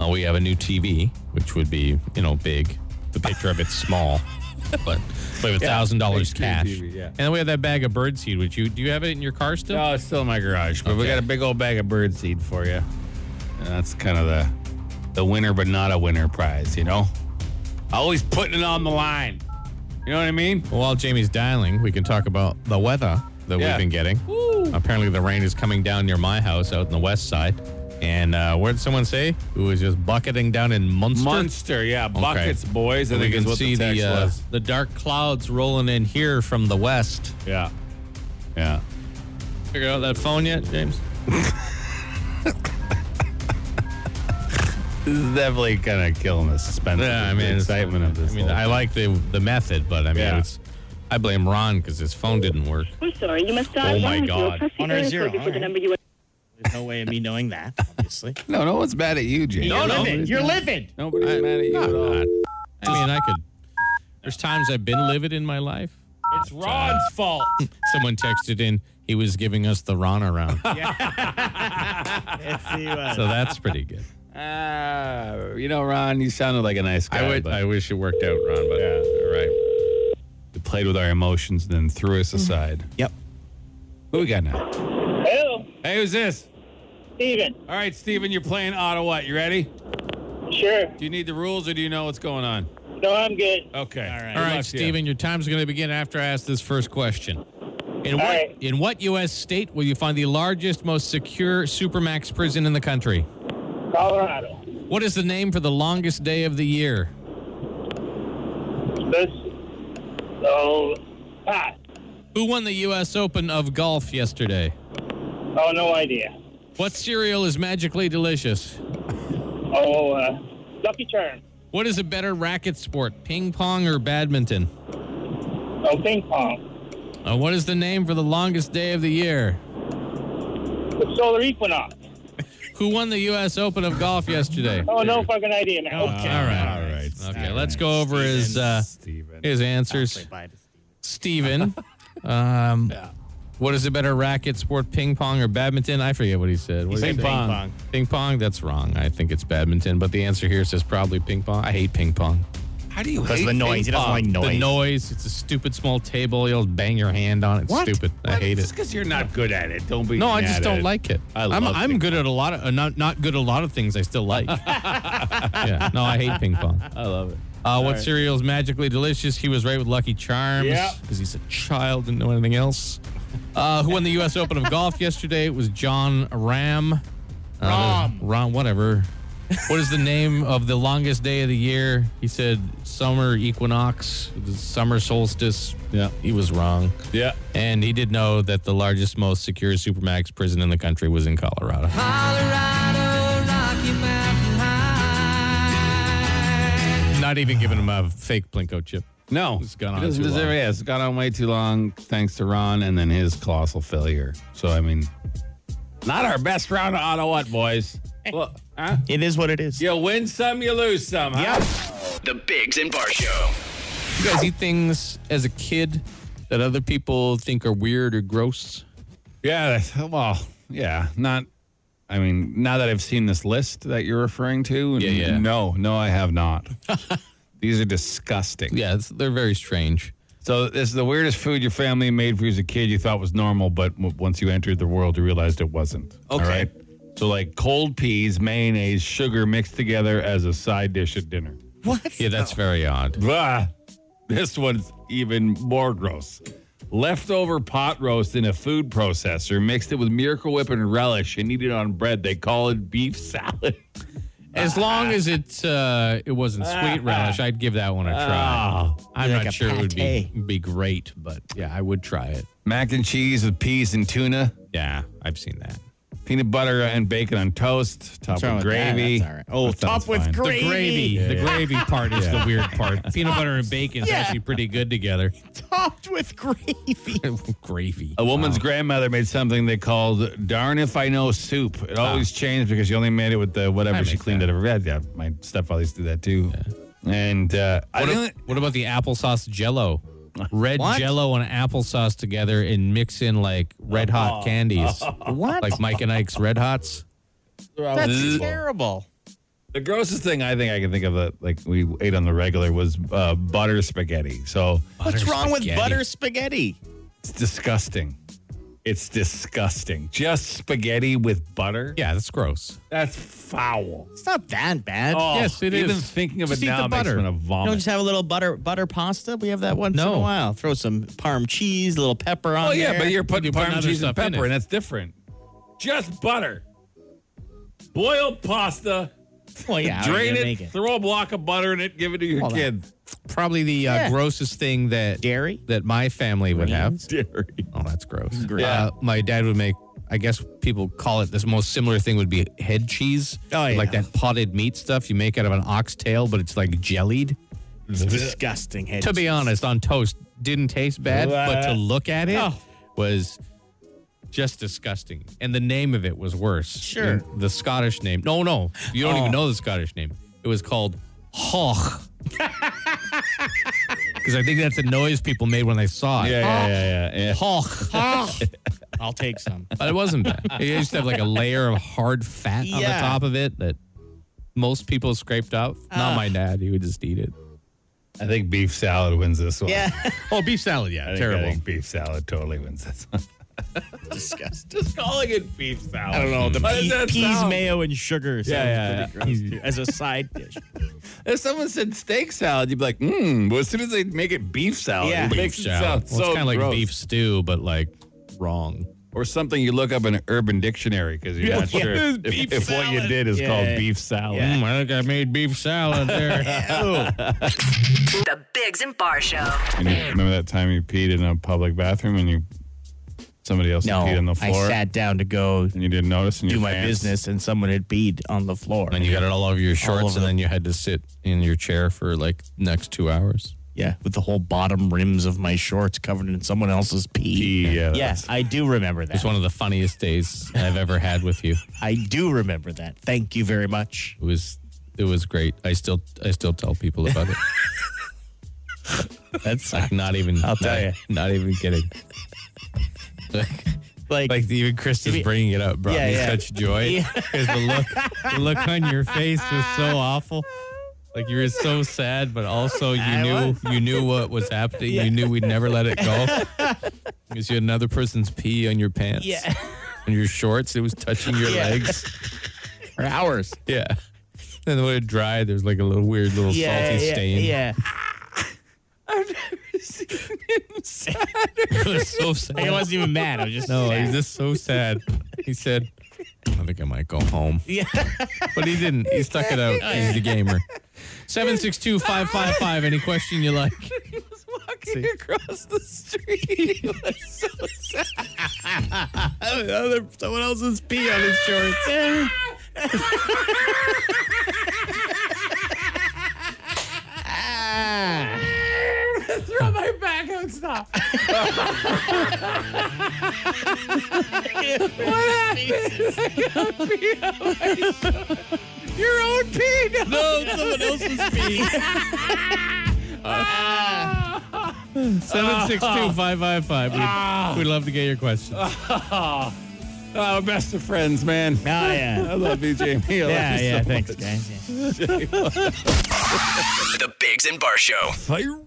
D: Uh, we have a new TV, which would be, you know, big. The picture of it's small, but we have a thousand dollars
C: big
D: cash.
C: TV, yeah.
D: And then we have that bag of birdseed, which you do you have it in your car still?
C: No, Oh, it's still in my garage, but we
D: Okay.
C: got a big old bag of bird seed for you. And that's kind of the the winner, but not a winner prize. You know, always putting it on the line. You know what I mean?
D: Well, while Jamie's dialing, we can talk about the weather that
C: Yeah.
D: we've been getting. Apparently, the rain is coming down near my house out in the west side. And uh, what did someone say? It was just bucketing down in Munster.
C: Munster, yeah, buckets, boys. I
D: And we
C: think is
D: can
C: what
D: see
C: the
D: the,
C: text
D: uh,
C: was.
D: the dark clouds rolling in here from the west.
C: Yeah, yeah.
D: Figured out that phone yet, James?
C: This is definitely kind of killing the suspense.
D: Yeah, I
C: the
D: mean, it's-
C: excitement of this.
D: I mean,
C: whole-
D: I like the the method, but I mean,
C: Yeah.
D: it's I blame Ron because his phone didn't work.
H: We're sorry, you must dial
C: Oh, my
H: one
C: God.
H: zero. Press the
E: One or
H: area
E: zero,
H: code before the
E: alright.
H: number you.
E: There's no way of me knowing that. Obviously.
C: no, no one's mad at you, Jay.
E: You're
D: no.
E: livid. You're livid.
C: Nobody's mad at you at all.
D: I mean, I could. There's times I've been livid in my life.
E: It's Ron's fault.
D: Someone texted in. He was giving us the Ron around.
E: It's uh, you.
D: So that's pretty good.
C: Ah, you know, Ron, you sounded like a nice guy.
D: I would.
C: but
D: I wish it worked out, Ron. But all right.
C: you played with our emotions and then threw us aside.
E: yep.
C: Who we got now?
G: Hello,
C: Hey, who's this?
G: Steven.
C: All right, Steven, you're playing Ottawa. You ready? Do
G: Sure.
C: you need the rules or do you know what's going on?
G: No, I'm good.
C: Okay. All right,
D: All right, Steven. Your time's going to begin after I ask this first question. In what
G: right.
D: in what U.S. state will you find the largest, most secure supermax prison in the country?
G: Colorado.
D: What is the name for the longest day of the year?
G: This. Oh. Pass.
D: Who won the U.S. Open of golf yesterday?
G: Oh, no idea.
D: What cereal is magically delicious?
G: Oh, uh, lucky turn.
D: What is a better racket sport, ping pong or badminton?
G: Oh, ping pong.
D: Uh, what is the name for the longest day of the year?
G: The solar equinox.
D: Who won the U.S. Open of golf yesterday?
G: Oh, no fucking idea, man.
D: Okay. All right.
C: All right.
D: Okay, let's go over his uh,
C: Steven.
D: his answers.
E: Bye.
D: Steven, um, what is a better racket sport, ping pong or badminton? I forget what he said. What did he
C: Ping
D: say?
C: pong.
D: Ping pong, that's wrong. I think it's badminton, but the answer here says probably ping pong. I hate ping pong.
C: How do you
E: Because
C: hate
E: of the noise. He doesn't
C: ping pong?
E: like noise.
D: The noise, it's a stupid small table. You'll bang your hand on it. It's
E: What?
D: stupid. I hate it.
C: Just because you're not good at it, don't be.
D: No, I
C: mad
D: just
C: at
D: don't like it.
C: I
D: am
C: love
D: I'm
C: ping
D: good at a lot of uh, not not good at a lot of things. I still like. yeah. No, I hate ping pong.
C: I love it.
D: Uh, what cereal is magically delicious? He was right with Lucky Charms
C: Yeah.
D: because he's a child didn't know anything else. Uh, who won the U.S. Open of golf yesterday? It was John Ram. Uh,
E: Rahm.
D: Ram, whatever. what is the name of the longest day of the year? He said summer equinox, the summer solstice.
C: Yeah.
D: He was wrong.
C: Yeah.
D: And he did know that the largest, most secure Supermax prison in the country was in Colorado. Not even giving him a fake Plinko chip.
C: No,
D: It's gone on
C: it doesn't
D: too
C: deserve
D: long.
C: it. It's gone on way too long, thanks to Ron and then his colossal failure. So I mean, not our best round of auto what, boys. Well, huh?
E: It is what it is.
C: You win some, you lose some. Huh?
E: Yeah.
A: The Bigs and Bar Show.
D: You guys eat things as a kid that other people think are weird or gross?
C: Yeah. that's- Well, yeah. Not. I mean, now that I've seen this list that you're referring to,
D: Yeah, yeah.
C: no, no, I have not. These are disgusting.
D: Yeah, it's, they're very strange.
C: So this is the weirdest food your family made for you as a kid. You thought was normal, but w- once you entered the world, you realized it wasn't.
D: Okay.
C: So like cold peas, mayonnaise, sugar mixed together as a side dish at dinner.
D: Yeah, that's very odd.
C: Blah. This one's even more gross. Leftover pot roast in a food processor, mixed it with Miracle Whip and relish, and eat it on bread. They call it beef salad.
D: As long as it uh, it wasn't sweet relish, I'd give that one a try.
C: Oh.
D: I'm
E: Like
D: not
E: a
D: sure it would be
E: pate.
D: be great, but yeah, I would try it.
C: Mac and cheese with peas and tuna,
D: Yeah, I've seen that.
C: peanut butter and bacon on toast, topped
E: wrong
C: with
E: with that?
C: gravy.
E: That's all right. Oh,
C: That
E: top
C: sounds
E: with
C: fine.
E: gravy.
D: The gravy, the gravy part is the weird part. Peanut butter and bacon is actually pretty good together.
E: Topped with gravy.
D: gravy.
C: A woman's grandmother made something they called "darn if I know" soup. It always changed because she only made it with the whatever
D: I
C: she
D: make
C: cleaned
D: Ah. that.
C: it up. Yeah, yeah, my stepfather used to do that too. And uh, I
D: What, a-
C: didn't,
D: what about the applesauce jello? Red
E: What?
D: jello and applesauce together and mix in like red hot candies.
E: Oh. What?
D: Like Mike and Ike's red hots. Oh,
E: That's terrible.
C: the grossest thing I think I can think of that like we ate on the regular was uh, butter spaghetti. So
E: What's
D: Butter
E: wrong with
D: spaghetti.
E: butter spaghetti?
C: it's disgusting. It's disgusting. Just spaghetti with butter.
D: Yeah, that's gross.
C: That's foul. Oh,
E: It's not that bad.
D: Oh. Yes, it
C: even
D: is.
C: thinking of
D: Just
C: it
D: eat the
C: now makes me
D: butter.
C: want to
E: You
C: vomit.
E: don't just have a little butter butter pasta. We have that once in
D: No.
E: a while. Throw some parm cheese, a little pepper on
C: Oh yeah,
E: there.
C: but you're putting
D: You're putting
C: parmesan
D: other
C: cheese and
D: stuff in
C: pepper,
D: it.
C: and that's different. Just butter, boiled pasta,
E: well, Oh, yeah, how are you
C: drain
E: gonna
C: it,
E: make it?
C: throw a block of butter in it, give it to your
E: Well,
C: kid.
D: Probably the uh, grossest thing that
E: Dairy?
D: that my family would have.
C: Dairy.
D: Oh, that's gross.
C: Yeah.
D: Uh, my dad would make. I guess people call it this most similar thing would be head cheese.
E: Oh, yeah.
D: Like that potted meat stuff you make out of an oxtail, but it's like jellied.
E: It's disgusting. Head
D: to be honest, on toast didn't taste bad, but to look at it
C: Oh.
D: was just disgusting. And the name of it was worse.
E: Sure.
D: And the Scottish name. No, no. You don't
C: Oh.
D: even know the Scottish name. It was called Hoch. Because I think that's the noise people made when they saw it.
C: Yeah, yeah, yeah, yeah. yeah.
D: Hoch.
E: I'll take some.
D: But it wasn't bad. It used to have like a layer of hard fat on the
E: Yeah.
D: top of it that most people scraped out.
C: Uh.
D: Not my dad. He would just eat it.
C: I think beef salad wins this one.
E: Yeah,
D: Oh, beef salad. Yeah.
C: I think,
D: terrible.
C: I think beef salad totally wins this one.
E: disgusting.
C: Just calling it beef salad.
E: I don't know. The
C: How does
E: pea-
C: that
E: peas,
C: sound?
E: mayo, and sugar. sounds
C: yeah,
E: pretty gross, too, as a side dish.
C: If someone said steak salad, you'd be like, mmm. But as soon as they make it beef salad,
E: Yeah.
C: it
E: Beef
C: makes it
D: Well,
C: sound
D: it's
C: so
D: kind of like
C: gross.
D: beef stew, but like wrong.
C: or something you look up in an urban dictionary because you're not
E: Yeah.
C: sure if, if,
E: Beef
C: if what you
E: salad.
C: did is
E: Yeah,
C: called
E: yeah.
C: beef salad.
D: mm, I think I made beef salad there.
B: The Bigs and Bar Show.
C: Mm. And you remember that time you peed in a public bathroom and you somebody else
E: No,
C: peed on the
E: I
C: floor
E: sat down to go
C: and you didn't notice and
E: do
C: your
E: my
C: pants-
E: business, and someone had peed on the floor.
D: and you got it all over your shorts,
E: over
D: and
E: the-
D: then you had to sit in your chair for like next two hours.
E: yeah, with the whole bottom rims of my shorts covered in someone else's pee.
C: Pee, yeah,
E: Yes, I do remember that.
D: It's one of the funniest days I've ever had with you.
E: I do remember that. Thank you very much.
D: It was it was great. I still I still tell people about it.
E: That's
D: Like not even
E: I'll tell
D: not,
E: ya.
D: not even kidding. Like,
E: like,
D: like even Chris is bringing it up brought
E: Yeah,
D: me
E: yeah.
D: such joy
E: Yeah.
D: because the look the look on your face was so awful. Like you were so sad, but also you
E: I
D: knew you knew what was happening. You knew we'd never let it go because you had another person's pee on your pants,
E: yeah,
D: on your shorts. It was touching your
E: Yeah.
D: legs.
E: for hours.
D: Yeah. And then when it dried, there's like a little weird little
E: Yeah,
D: salty
E: yeah,
D: stain.
E: yeah.
D: It was so sad.
E: Like, I wasn't even mad. I was just
D: No,
E: sad.
D: Oh, he's just so sad. He said, I think I might go home. Yeah. but he didn't. He stuck it out. He's the gamer. 762 555. Any question you like?
C: Walking across the street. so sad.
E: Other, someone else's pee on his shorts.
C: Throw my back out. Stop. Your own pee.
E: no, someone else's Oh, pee.
D: 762 555. We'd love to get your questions.
C: Oh, best of friends, man.
E: Oh, yeah.
C: I love you, Jamie. I love
E: Yeah,
C: you
E: yeah,
C: so
E: thanks,
C: much.
E: guys. Yeah.
A: The Bigs and Bar Show.
C: Fire.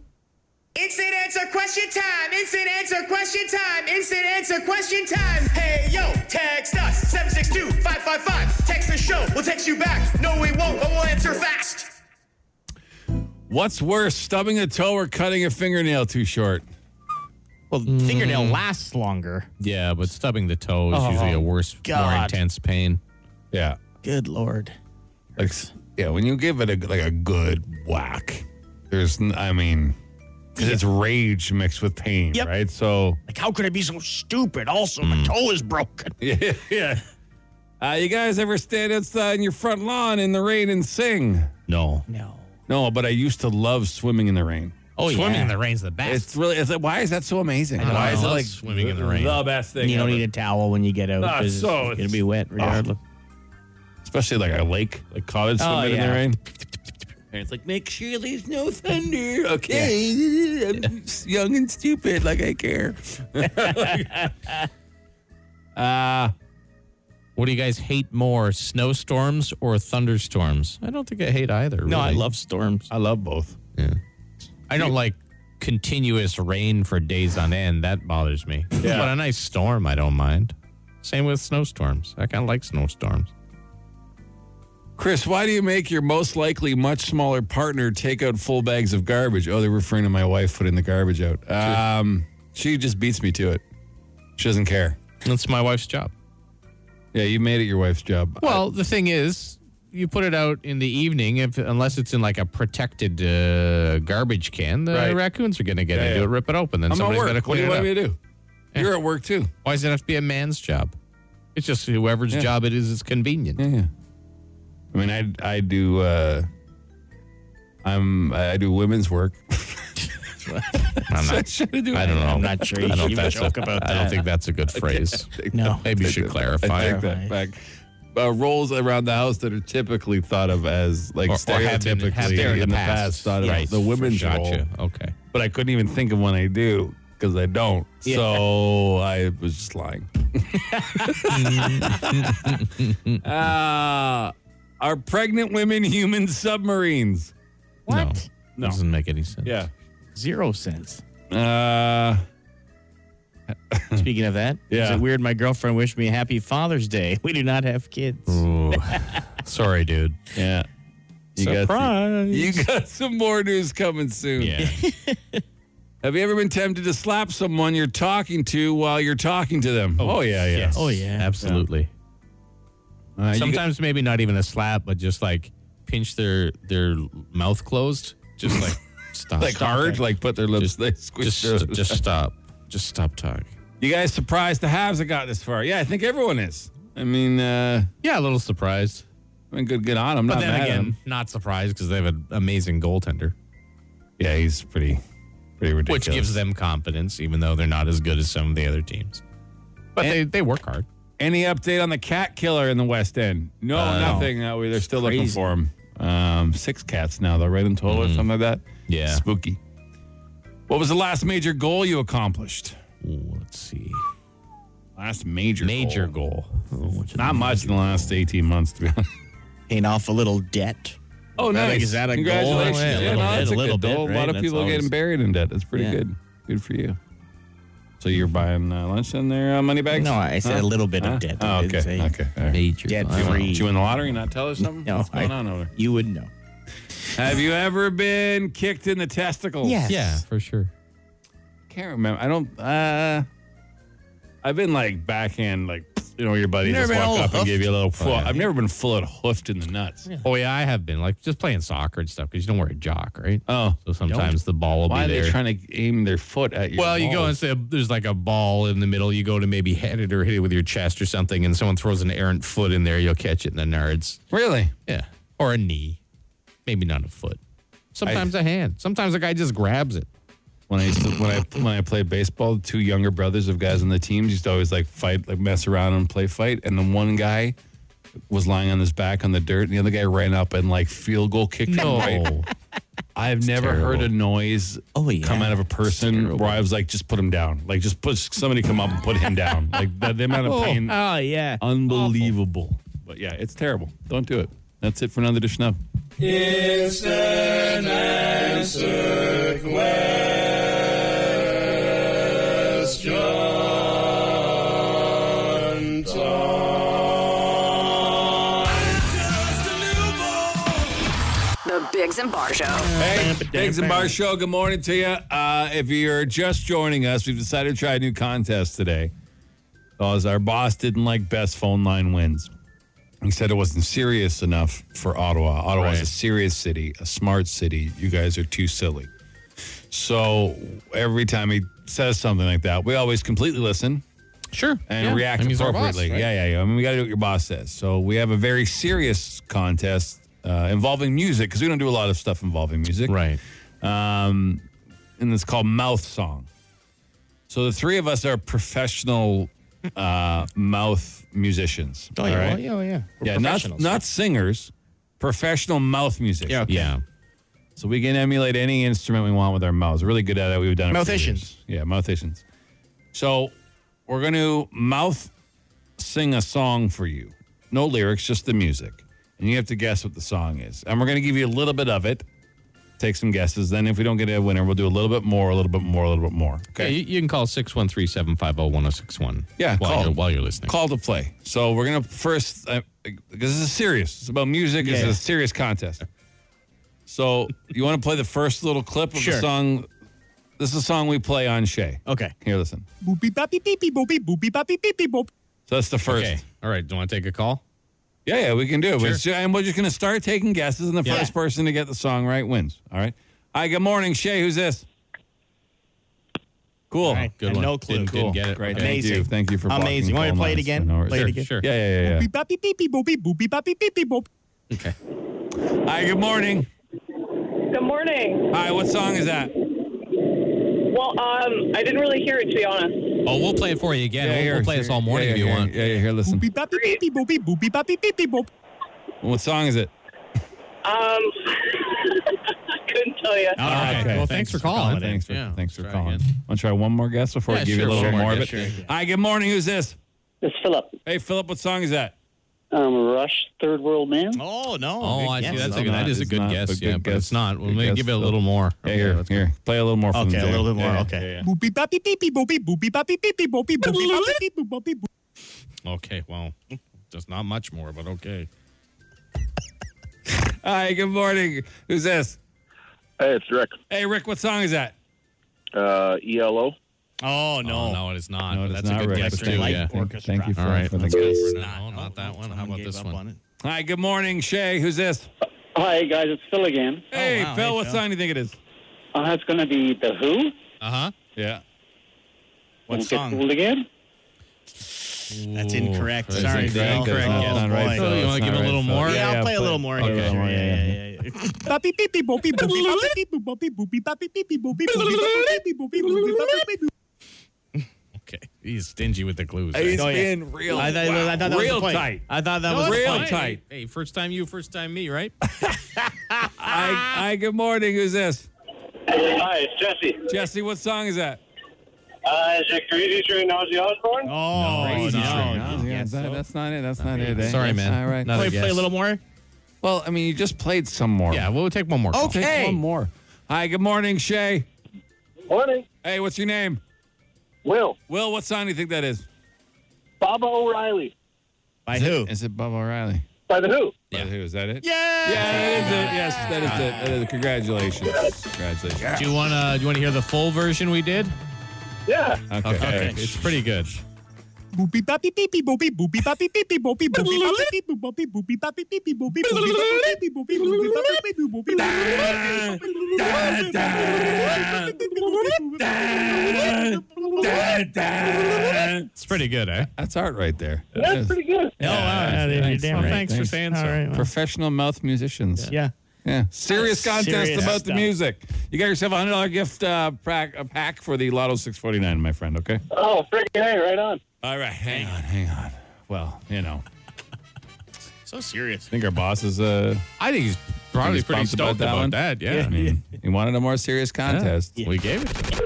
F: Instant answer question time. Instant answer question time. Instant answer question time. Hey yo, text us 762-555. Text the show. We'll text you back. No, we won't, but we'll answer fast.
C: What's worse, stubbing a toe or cutting a fingernail too short?
E: Well, fingernail lasts longer.
D: Yeah, but stubbing the toe is usually a worse, more
E: God.
D: intense pain.
C: Oh. Yeah.
E: Good lord.
C: Like, s- yeah, when you give it a, like a good whack, there's, n- I mean, because it's rage mixed with pain,
E: Yep.
C: right? So,
E: Like, how could I be so stupid? Also, my toe is broken.
C: yeah. Uh, you guys ever stand outside in your front lawn in the rain and sing?
D: No.
E: No.
C: No, but I used to love swimming in the rain.
D: Oh,
E: Swimming in the
D: rain's the best.
C: It's really, it's like, why is that so amazing? Why
D: I
C: is it
D: love
C: like
D: swimming in the rain.
C: The best thing.
E: You don't
C: ever.
E: need a towel when you get out.
C: Ah,
E: 'cause
C: so
E: it's
C: it's-
E: gonna be wet regardless.
C: especially like a lake, like cottage
E: Oh,
C: swimming in
E: yeah.
C: the rain. And it's like, make sure there's no thunder, okay? I'm s- young and stupid, like I care.
D: What do you guys hate more, snowstorms or thunderstorms? I don't think I hate either.
E: No, I
D: really.
E: love storms.
C: I love both.
D: I don't like continuous rain for days on end. That bothers me. But a nice storm, I don't mind. Same with snowstorms. I kind of like snowstorms.
C: Chris, why do you make your most likely much smaller partner take out full bags of garbage? Oh, they're referring to my wife putting the garbage out. Um, she just beats me to it. She doesn't care.
D: That's my wife's job.
C: Yeah, you made it your wife's job. Uh,
D: Well, the thing is, you put it out in the evening, if unless it's in like a protected uh, garbage can, the
C: Right.
D: raccoons are going to get
C: Yeah,
D: into
C: yeah.
D: it, rip it open, then
C: I'm at
D: somebody's got to
C: work. What do
D: clean
C: you
D: it
C: want
D: up.
C: me to do? You're at work too.
D: Why does it have to be a man's job? It's just whoever's job it is is convenient.
C: I mean, I I do uh, I'm I do women's work.
D: I'm not- I don't know.
E: I'm not sure you
D: I
E: should
D: don't,
E: even
D: that's
E: joke
D: a,
E: about
D: I don't
E: that.
D: think that's a good phrase.
E: No.
D: Maybe you should
C: I
D: clarify.
C: take that back. Uh, roles around the house that are typically thought of as like
D: Or- or have been-
C: stereotypically
D: have been in
C: in
D: the
C: the
D: past.
C: past, thought of
D: Right.
C: as the women's
D: Gotcha.
C: role,
D: Okay.
C: but I couldn't even think of one I do because I don't. So I was just lying. uh, are pregnant women human submarines?
E: What?
D: No. Doesn't make any sense.
C: Yeah.
E: Zero sense.
C: Uh,
E: Speaking of that,
C: Yeah.
E: is it weird my girlfriend wished me a happy Father's Day? We do not have kids.
D: Sorry, dude.
C: yeah. You got the-
E: Surprise.
C: You got some more news coming soon.
D: Yeah.
C: Have you ever been tempted to slap someone you're talking to while you're talking to them? Oh, yeah, yeah.
E: Oh, yeah.
D: Absolutely.
C: Uh, you
D: Sometimes maybe not even a slap, but just like pinch their their mouth closed. Just like stop.
C: got, like hard, like put their lips,
D: Just-
C: they squish their
D: Just just stop. Just stop talking.
C: You guys surprised the halves have got this far? Yeah, I think everyone is. I mean, uh,
D: Yeah, a little surprised.
C: I mean, good, good on him.
D: But
C: Not
D: then
C: mad at
D: again,
C: him.
D: not surprised because they have an amazing goaltender,
C: yeah, he's pretty, pretty ridiculous.
D: which gives them confidence, even though they're not as good as some of the other teams. But they, they work hard.
C: Any update on the cat killer in the West End? No, nothing. Uh, we- they're still looking
E: Crazy.
C: for him. Um, six cats now, though, right in total or something like that.
D: Yeah.
C: Spooky. What was the last major goal you accomplished?
D: Ooh, let's see.
C: Last major
D: Major
C: goal.
D: goal.
C: Not much in the last 18 months, to be honest.
E: Paying off a little debt.
C: Oh,
E: I
C: nice.
E: think is that a goal?
C: Congratulations.
E: Yeah, a
C: Yeah,
E: little
C: no,
E: bit,
C: that's
E: a
C: a,
E: little
C: good
E: bit,
C: goal. A lot
E: right?
C: of people
E: That's
C: getting
E: always-
C: buried in debt. That's pretty
E: Yeah.
C: good. Good for you. So you're buying uh, lunch in there, uh, money bags?
E: No, I said a little bit of debt. I
C: Oh,
E: didn't
C: okay.
E: say
C: Okay. All right.
D: Major.
E: Debt
D: goal.
E: free.
C: Did you win the lottery? Not tell us something?
E: No,
C: What's going
E: I-
C: on over there?
E: You wouldn't know.
C: Have you ever been kicked in the testicles?
E: Yes.
D: Yeah, for sure.
C: Can't remember. I don't. uh I've been like backhand, like you know, your buddies
I: Never
C: just
I: been
C: walk
I: all
C: up and give you a little.
I: hoofed?
C: flo-
I: Oh, yeah.
C: I've never been full of hoofed in the nuts.
D: Oh yeah, I have been like just playing soccer and stuff because you don't wear a jock, right?
C: Oh,
D: so sometimes the ball will
C: why are
D: be there.
C: they trying to aim their foot at you?
D: well, you go and say there's like a ball in the middle. You go to maybe head it or hit it with your chest or something, and someone throws an errant foot in there. You'll catch it in the nards.
C: really?
D: Yeah, or a knee, maybe not a foot. Sometimes a hand. Sometimes a guy just grabs it.
C: When I used to, when I when I played baseball, the two younger brothers of guys on the teams used to always like fight, like mess around and play fight. And the one guy was lying on his back on the dirt, and the other guy ran up and like field goal kicked him. Right. I've never
D: terrible.
C: heard a noise
I: Oh, yeah.
C: come out of a person where I was like, just put him down. Like, just put somebody come up and put him down. Like, the, the amount of pain,
J: Oh yeah.
C: unbelievable. But yeah, it's terrible. Don't do it. That's it for another dish now.
B: The Bigs and Bar Show.
C: Hey, Biggs and Bar Show, good morning to you. Uh, if you're just joining us, we've decided to try a new contest today because our boss didn't like best phone line wins. He said it wasn't serious enough for Ottawa. Ottawa's a
D: Right.
C: serious city, a smart city. You guys are too silly. So every time he says something like that, we always completely listen
D: Sure,
C: and
D: yeah.
C: react
D: I mean, he's our boss,
C: appropriately.
D: right?
C: Yeah, yeah, yeah. I mean, we got to do what your boss says. So we have a very serious contest uh, involving music because we don't do a lot of stuff involving music,
D: Right.
C: Um, and it's called Mouth Song. So the three of us are professional uh, mouth musicians.
J: Oh
C: all
J: yeah.
C: right?
J: Oh, yeah. oh, yeah. We're
C: yeah, not
J: professionals.
C: not singers, professional mouth musicians.
J: Yeah.
D: Yeah.
C: So we can emulate any instrument we want with our mouths. We're really good at it. We've done it. for
J: Mouthicians.
C: years. Yeah, mouthicians. So we're going to mouth sing a song for you. No lyrics, just the music. And you have to guess what the song is. And we're going to give you a little bit of it. Take some guesses. Then if we don't get a winner, we'll do a little bit more, a little bit more, a little bit more.
D: Yeah,
C: Okay.
D: you, you can call 613 750 1061.
C: Yeah,
D: while,
C: call.
D: You're, while you're listening.
C: Call to play. So we're going to first, uh, because this is serious. It's about music. It's
J: Yeah.
C: a serious contest. So you want to play the first little clip of the
J: Sure.
C: song? This is a song we play on Shay.
J: Okay.
C: Here, listen.
J: Boopy boppy beepy boopy boopy boppy beepy
C: Oh,
J: boop.
C: So that's the first.
D: Okay. All right. Do you want to take a call?
C: Yeah, yeah, we can do it.
D: Sure.
C: It's- And we're just going to start taking guesses, and the
J: Yeah.
C: first person to get the song right wins. All right. Hi, good morning, Shay. Who's this? Cool.
J: All right.
D: Good
J: Had
D: one.
J: no clue.
D: Didn't- didn't
J: Cool.
D: get it.
C: Great.
D: Okay.
C: Thank you.
J: Amazing.
C: Thank you for blocking
J: Amazing. You want me to
C: phone
J: play it
C: lines.
J: again?
C: I know it's-
J: Play it
C: Sure,
J: again?
C: Sure. Yeah, yeah, yeah. yeah.
J: Boopy boppy beepy boopy boopy boppy beepy boop.
D: Okay.
C: Hi, good morning.
K: Good morning.
C: Hi, what song is that?
K: Well, um, I didn't really hear it to be honest.
D: Oh, we'll play it for you again. we'll, we'll play this all morning
C: yeah,
D: if you
C: yeah,
D: want.
C: Yeah, yeah, here, listen.
J: Boopy boppy beepy boopy boopy boppy beepy boop.
C: What song is it?
K: Um, couldn't tell you.
D: All right. Well, thanks, for calling.
C: Thanks for,
D: Yeah,
C: thanks for
D: try
C: calling.
D: again.
C: Want to try one more guess before I
D: Yeah,
C: give you a
D: sure,
C: little
D: sure,
C: more
D: yeah,
C: of it?
D: sure, yeah.
C: Hi, good morning. Who's this?
L: It's Philip.
C: Hey, Philip, what song is that?
L: Um, Rush, Third World Man.
J: Oh no.
D: Oh,
J: Good
D: I see.
J: guess.
D: That's a
C: It's
D: good, that
C: not-
D: is a
C: it's
D: good
C: not
D: guess.
C: a good
D: yeah, but
C: guess.
D: it's not. We'll
C: Good
D: maybe
C: guess,
D: give it a
C: Phil.
D: little more.
C: Yeah, here,
D: let's go.
C: here. Play a little more. from
J: Okay,
C: the
J: a little
C: day.
J: bit
C: Yeah,
J: more.
C: yeah,
J: okay.
C: yeah.
J: Boopy boppy beepy boopy boopy boppy beepy boopy boopy boppy beepy boopy boop.
D: Okay. Well, just not much more, but okay.
C: Hi, good morning. Who's this?
M: Hey, it's Rick.
C: Hey, Rick, what song is that?
M: Uh, ELO.
J: Oh
D: Oh,
J: no.
D: no, it is not. but
C: it's
D: that's
C: not
D: a good
C: Rick.
D: guess,
C: It's
D: too.
J: Light
D: Yeah.
J: Orchestra.
C: Thank you for,
D: All right.
C: for the
D: Let's go.
C: guess.
D: No, not that one. How about this one?
C: Hi, good morning, Shay. Who's this?
L: Hi, guys, it's Phil again.
C: Hey,
J: wow.
C: Phil,
J: Hey,
C: what
J: Phil.
C: song do you think it is?
L: Uh, it's going to be The Who.
D: Uh huh.
C: Yeah.
J: What
L: Don't Get
J: song?
L: fooled again.
J: That's incorrect.
D: That's
J: Sorry,
D: incorrect.
J: Phil.
D: That's
J: Incorrect.
D: not-
J: Yes,
D: not
J: boy.
D: right, Phil. You wanna
C: It's
D: give
C: not
D: it a little more?
J: Yeah, I'll play a little more.
C: play
J: here.
C: a little more, yeah, yeah,
J: yeah, yeah. Boppy beepy boopy boopy boppy beepy boopy boopy boppy beepy boopy boopy boppy beepy boopy boopy boppy boopy.
D: Okay. He's stingy with the clues.
C: He's
J: Oh, yeah.
C: being real.
J: I thought, I thought that
C: real
J: was the point.
C: tight.
J: I thought that was the
C: real
J: point.
C: tight.
D: Hey, first time you, first time me, right?
C: Hi, hi, good morning. Who's this?
M: Hi, it's Jesse.
C: Jesse, what song is that?
M: Uh, is it Crazy Train Ozzy Osbourne?
J: Oh, no.
D: Crazy train,
J: You
C: yeah,
J: guess
C: that-
J: so?
C: that's not it. That's not it. eh?
D: Sorry,
C: That's
D: man.
C: All right.
D: Not
J: Play,
D: Yes.
J: play a little more.
C: Well, I mean, you just played some more.
D: Yeah, we'll take one more. call.
C: Take one more. Hi, good morning, Shay.
M: Morning.
C: Hey, what's your name?
M: Will.
C: Will, what song do you think that is?
M: Baba O'Reilly.
J: By who?
C: Is it Bob O'Reilly?
M: By the Who.
C: Yeah. Who is that it?
J: Yeah.
C: Yeah, that is it. Yes, that is it. That is it. Congratulations. Congratulations.
D: Do you wanna do you wanna hear the full version we did?
M: Yeah.
C: Okay.
D: It's pretty good.
E: Boopy boppy beepy boopy boopy boppy beepy boopy boopy boppy beep boopy boopy boppy beepy boopy boopy boopy boopy boopy boopy boopy beepy boopy
D: It's pretty good, eh?
C: That's art right there. That
L: That's
C: is.
L: pretty good.
E: Oh, wow. You're
C: Thanks.
E: damn
C: Well,
E: right.
C: thanks for saying
E: All
C: so.
E: right, well.
C: Professional mouth musicians.
E: Yeah.
C: Yeah, serious contest
E: Serious
C: about the
E: stuff.
C: music. You got yourself a hundred dollar gift uh, pack, a pack for the Lotto six forty nine, my friend. Okay.
L: Oh, friggin' hey, right on.
C: All right, hang on, hang on. Well, you know, I
E: So serious.
C: think our boss is uh,
D: I think he's probably
C: he's
D: pretty
C: pumped
D: stoked about,
C: one.
D: that. Yeah.
C: I mean, he wanted a more serious contest.
D: We gave it.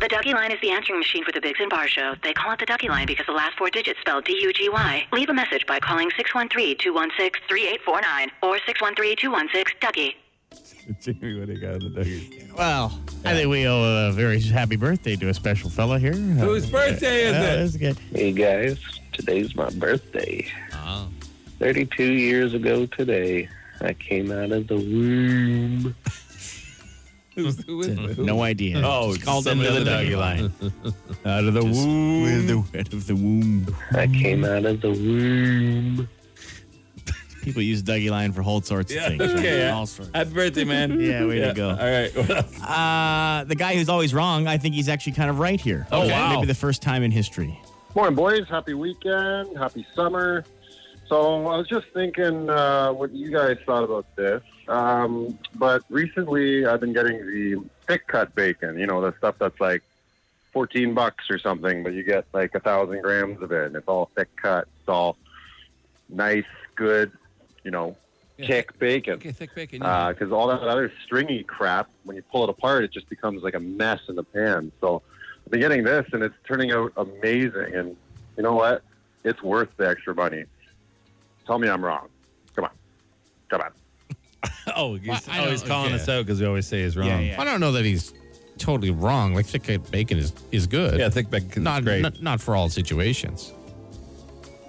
H: The Ducky Line is the answering machine for the Biggs and Bar Show. They call it the Ducky Line because the last four digits spell D U G Y. Leave a message by calling 613 216 3849 or 613 216 Ducky.
C: Jamie, what do you got in the dugout?
E: Well, I think we owe a very happy birthday to a special fella here. Uh,
C: Whose birthday is it?
E: That's good.
M: Hey guys, today's my birthday. 32 years ago today, I came out of the womb.
C: Who's- who is it?
E: No idea.
C: Oh,
E: Just called
C: somebody
E: into the
C: out of the-
E: doggy line.
C: out of the womb.
E: Out of the womb.
M: I came out of the womb.
E: People use Dougie line for whole sorts of
C: Yeah,
E: things.
C: okay.
E: All sorts.
C: Happy birthday, man.
E: Yeah, way to go.
C: All right. What else?
E: Uh, the guy who's always wrong, I think he's actually kind of right here.
C: Oh, wow.
E: Maybe the first time in history.
N: Morning, boys. Happy weekend. Happy summer. So I was just thinking uh, what you guys thought about this. Um, but recently, I've been getting the thick cut bacon. You know, the stuff that's like fourteen bucks or something, but you get like a thousand grams of it, and it's all thick cut. It's all nice, good. You know, thick bacon.
C: Okay, thick bacon. yeah.
N: Because all that other stringy crap, when you pull it apart, it just becomes like a mess in the pan. So I've been getting this, and it's turning out amazing. And you know what? It's worth the extra money. Tell me I'm wrong. Come on. Come on.
C: oh, he's,
D: I
C: oh, he's
D: don't-
C: calling
D: okay.
C: us out because we always say he's wrong.
D: Um, I don't know that he's totally wrong. Like thick cut bacon is is good.
C: Yeah, thick bacon.
D: not,
C: great.
D: not not for all situations.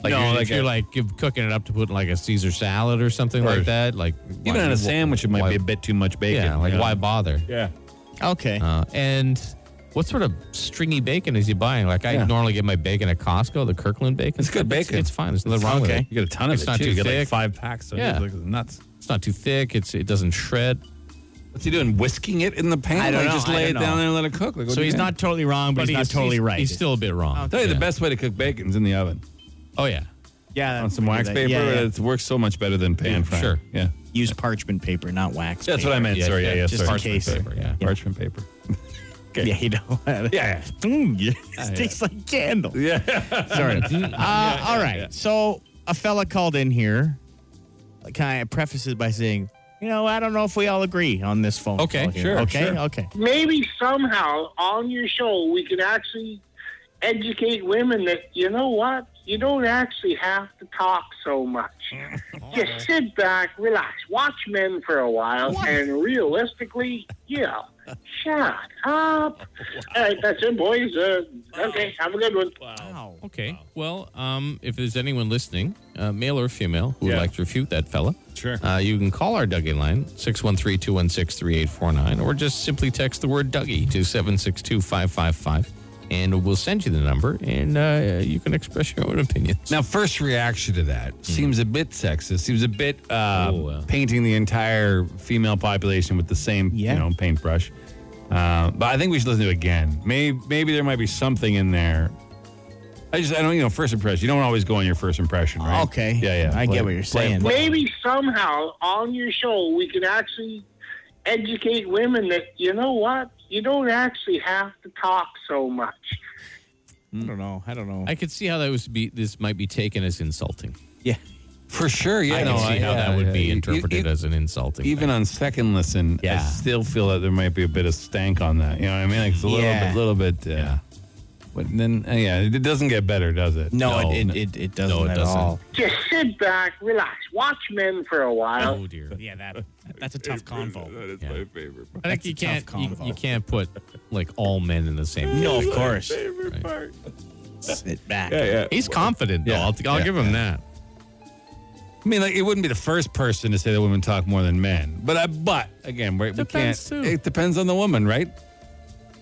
D: Like
C: No,
D: you're,
C: like
D: if you're
C: a-
D: like you're cooking it up to put in like a Caesar salad or something
C: Or-
D: like that. Like
C: Even
D: why-
C: on a sandwich, it might
D: why-
C: be a bit too much bacon.
D: Yeah, like why bother?
C: Yeah.
E: Okay.
D: Uh, and what sort of stringy bacon is he buying? Like I
C: Yeah.
D: normally get my bacon at Costco, the Kirkland bacon.
C: It's good bacon.
D: It's, fine. There's nothing
E: okay.
D: wrong with it.
C: You get a ton of
D: It's
C: it.
D: not
C: too.
D: too
C: you get like
D: thick.
C: five packs. So
D: Yeah.
C: yeah. Like nuts.
D: It's not too thick. It's it doesn't shred.
C: What's he doing? Whisking it in the pan?
E: I don't
C: Like,
E: know.
C: Just
E: I
C: lay it
E: don't
C: down
E: know.
C: there and let it cook. Like, what
E: So
C: do you
E: he's
C: think?
E: not totally wrong, but, he's, not totally
D: he's-
E: right.
D: He's still a bit wrong.
C: I'll tell you
D: Yeah.
C: the best way to cook bacon's in the oven
D: Oh yeah.
E: yeah,
C: on some wax paper.
E: Yeah, yeah.
C: It works so much better than pan frying.
D: sure.
C: Yeah.
E: Use parchment paper, not wax.
C: That's what I
E: paper.
C: meant.
D: Yeah,
C: sorry.
D: yeah,
C: Yeah. Yeah.
E: just
C: sorry.
E: in case.
C: Parchment paper. Yeah.
E: Yeah.
C: Parchment paper.
E: Yeah, you know.
C: Yeah.
E: Mm, yeah. This tastes like candle.
C: Yeah.
E: Sorry. Uh, all right. So a fella called in here. Kind of preface it by saying, you know, I don't know if we all agree on this phone.
D: Okay,
E: call here.
D: sure,
E: Okay.
D: sure.
E: Okay.
L: Maybe somehow on your show we can actually educate women that, you know what? You don't actually have to talk so much. Just sit back, relax, watch men for a while, and realistically, you know, shut up. All right, that's it, boys. Uh, okay, have a good one.
E: Wow.
D: Okay. Well, um, if there's anyone listening, uh, male or female, who would
C: Yeah.
D: like to refute that fella,
C: Sure.
D: uh, you can call our Dougie line, 613 216 3849, or just simply text the word Dougie to 762 555, and we'll send you the number, and uh, you can express your own opinions.
C: Now, first reaction to that seems a bit sexist. Seems a bit uh,
D: Hmm. Oh, uh,
C: painting the entire female population with the same,
E: Yeah.
C: you know, paintbrush. Uh, but I think we should listen to it again. Maybe, maybe there might be something in there. I just, I don't, you know, first impression. You don't always go on your first impression, right?
E: Okay.
C: Yeah, yeah.
E: I
C: Play-
E: get what you're
C: play-
E: saying.
L: Maybe somehow on your show we can actually educate women that you know what you don't actually have to talk so much.
C: Hmm.
E: I don't know. I don't know.
D: I could see how that was be. This might be taken as insulting.
E: yeah.
C: For sure. Yeah.
D: I can
C: no,
D: see how that would
C: yeah,
D: be
C: yeah.
D: interpreted
C: E- e-
D: as an insulting.
C: Even
D: thing.
C: on second listen, I
E: Yeah.
C: still feel that there might be a bit of stank on that. You know what I mean? Like it's a little
E: Yeah.
C: bit, little bit. Uh, But then, uh, yeah, it doesn't get better, does it?
E: No, it, it, it, it doesn't
D: No, it
E: at
D: doesn't.
E: all.
L: Just sit back, relax, watch men for a while.
D: oh dear.
E: Yeah, that that's a tough convo.
C: is my favorite.
D: I think
E: That's
D: you
E: a tough
D: can't you,
E: convo.
D: you can't put like all men in the same.
E: No, of course.
D: Right.
E: Sit back.
C: yeah.
D: He's confident though.
C: Yeah.
D: I'll, I'll
C: Yeah.
D: give him that.
C: I mean, like, it wouldn't be the first person to say that women talk more than men. But I, but uh, again, we, we can't.
D: Depends, too.
C: It depends on the woman, right?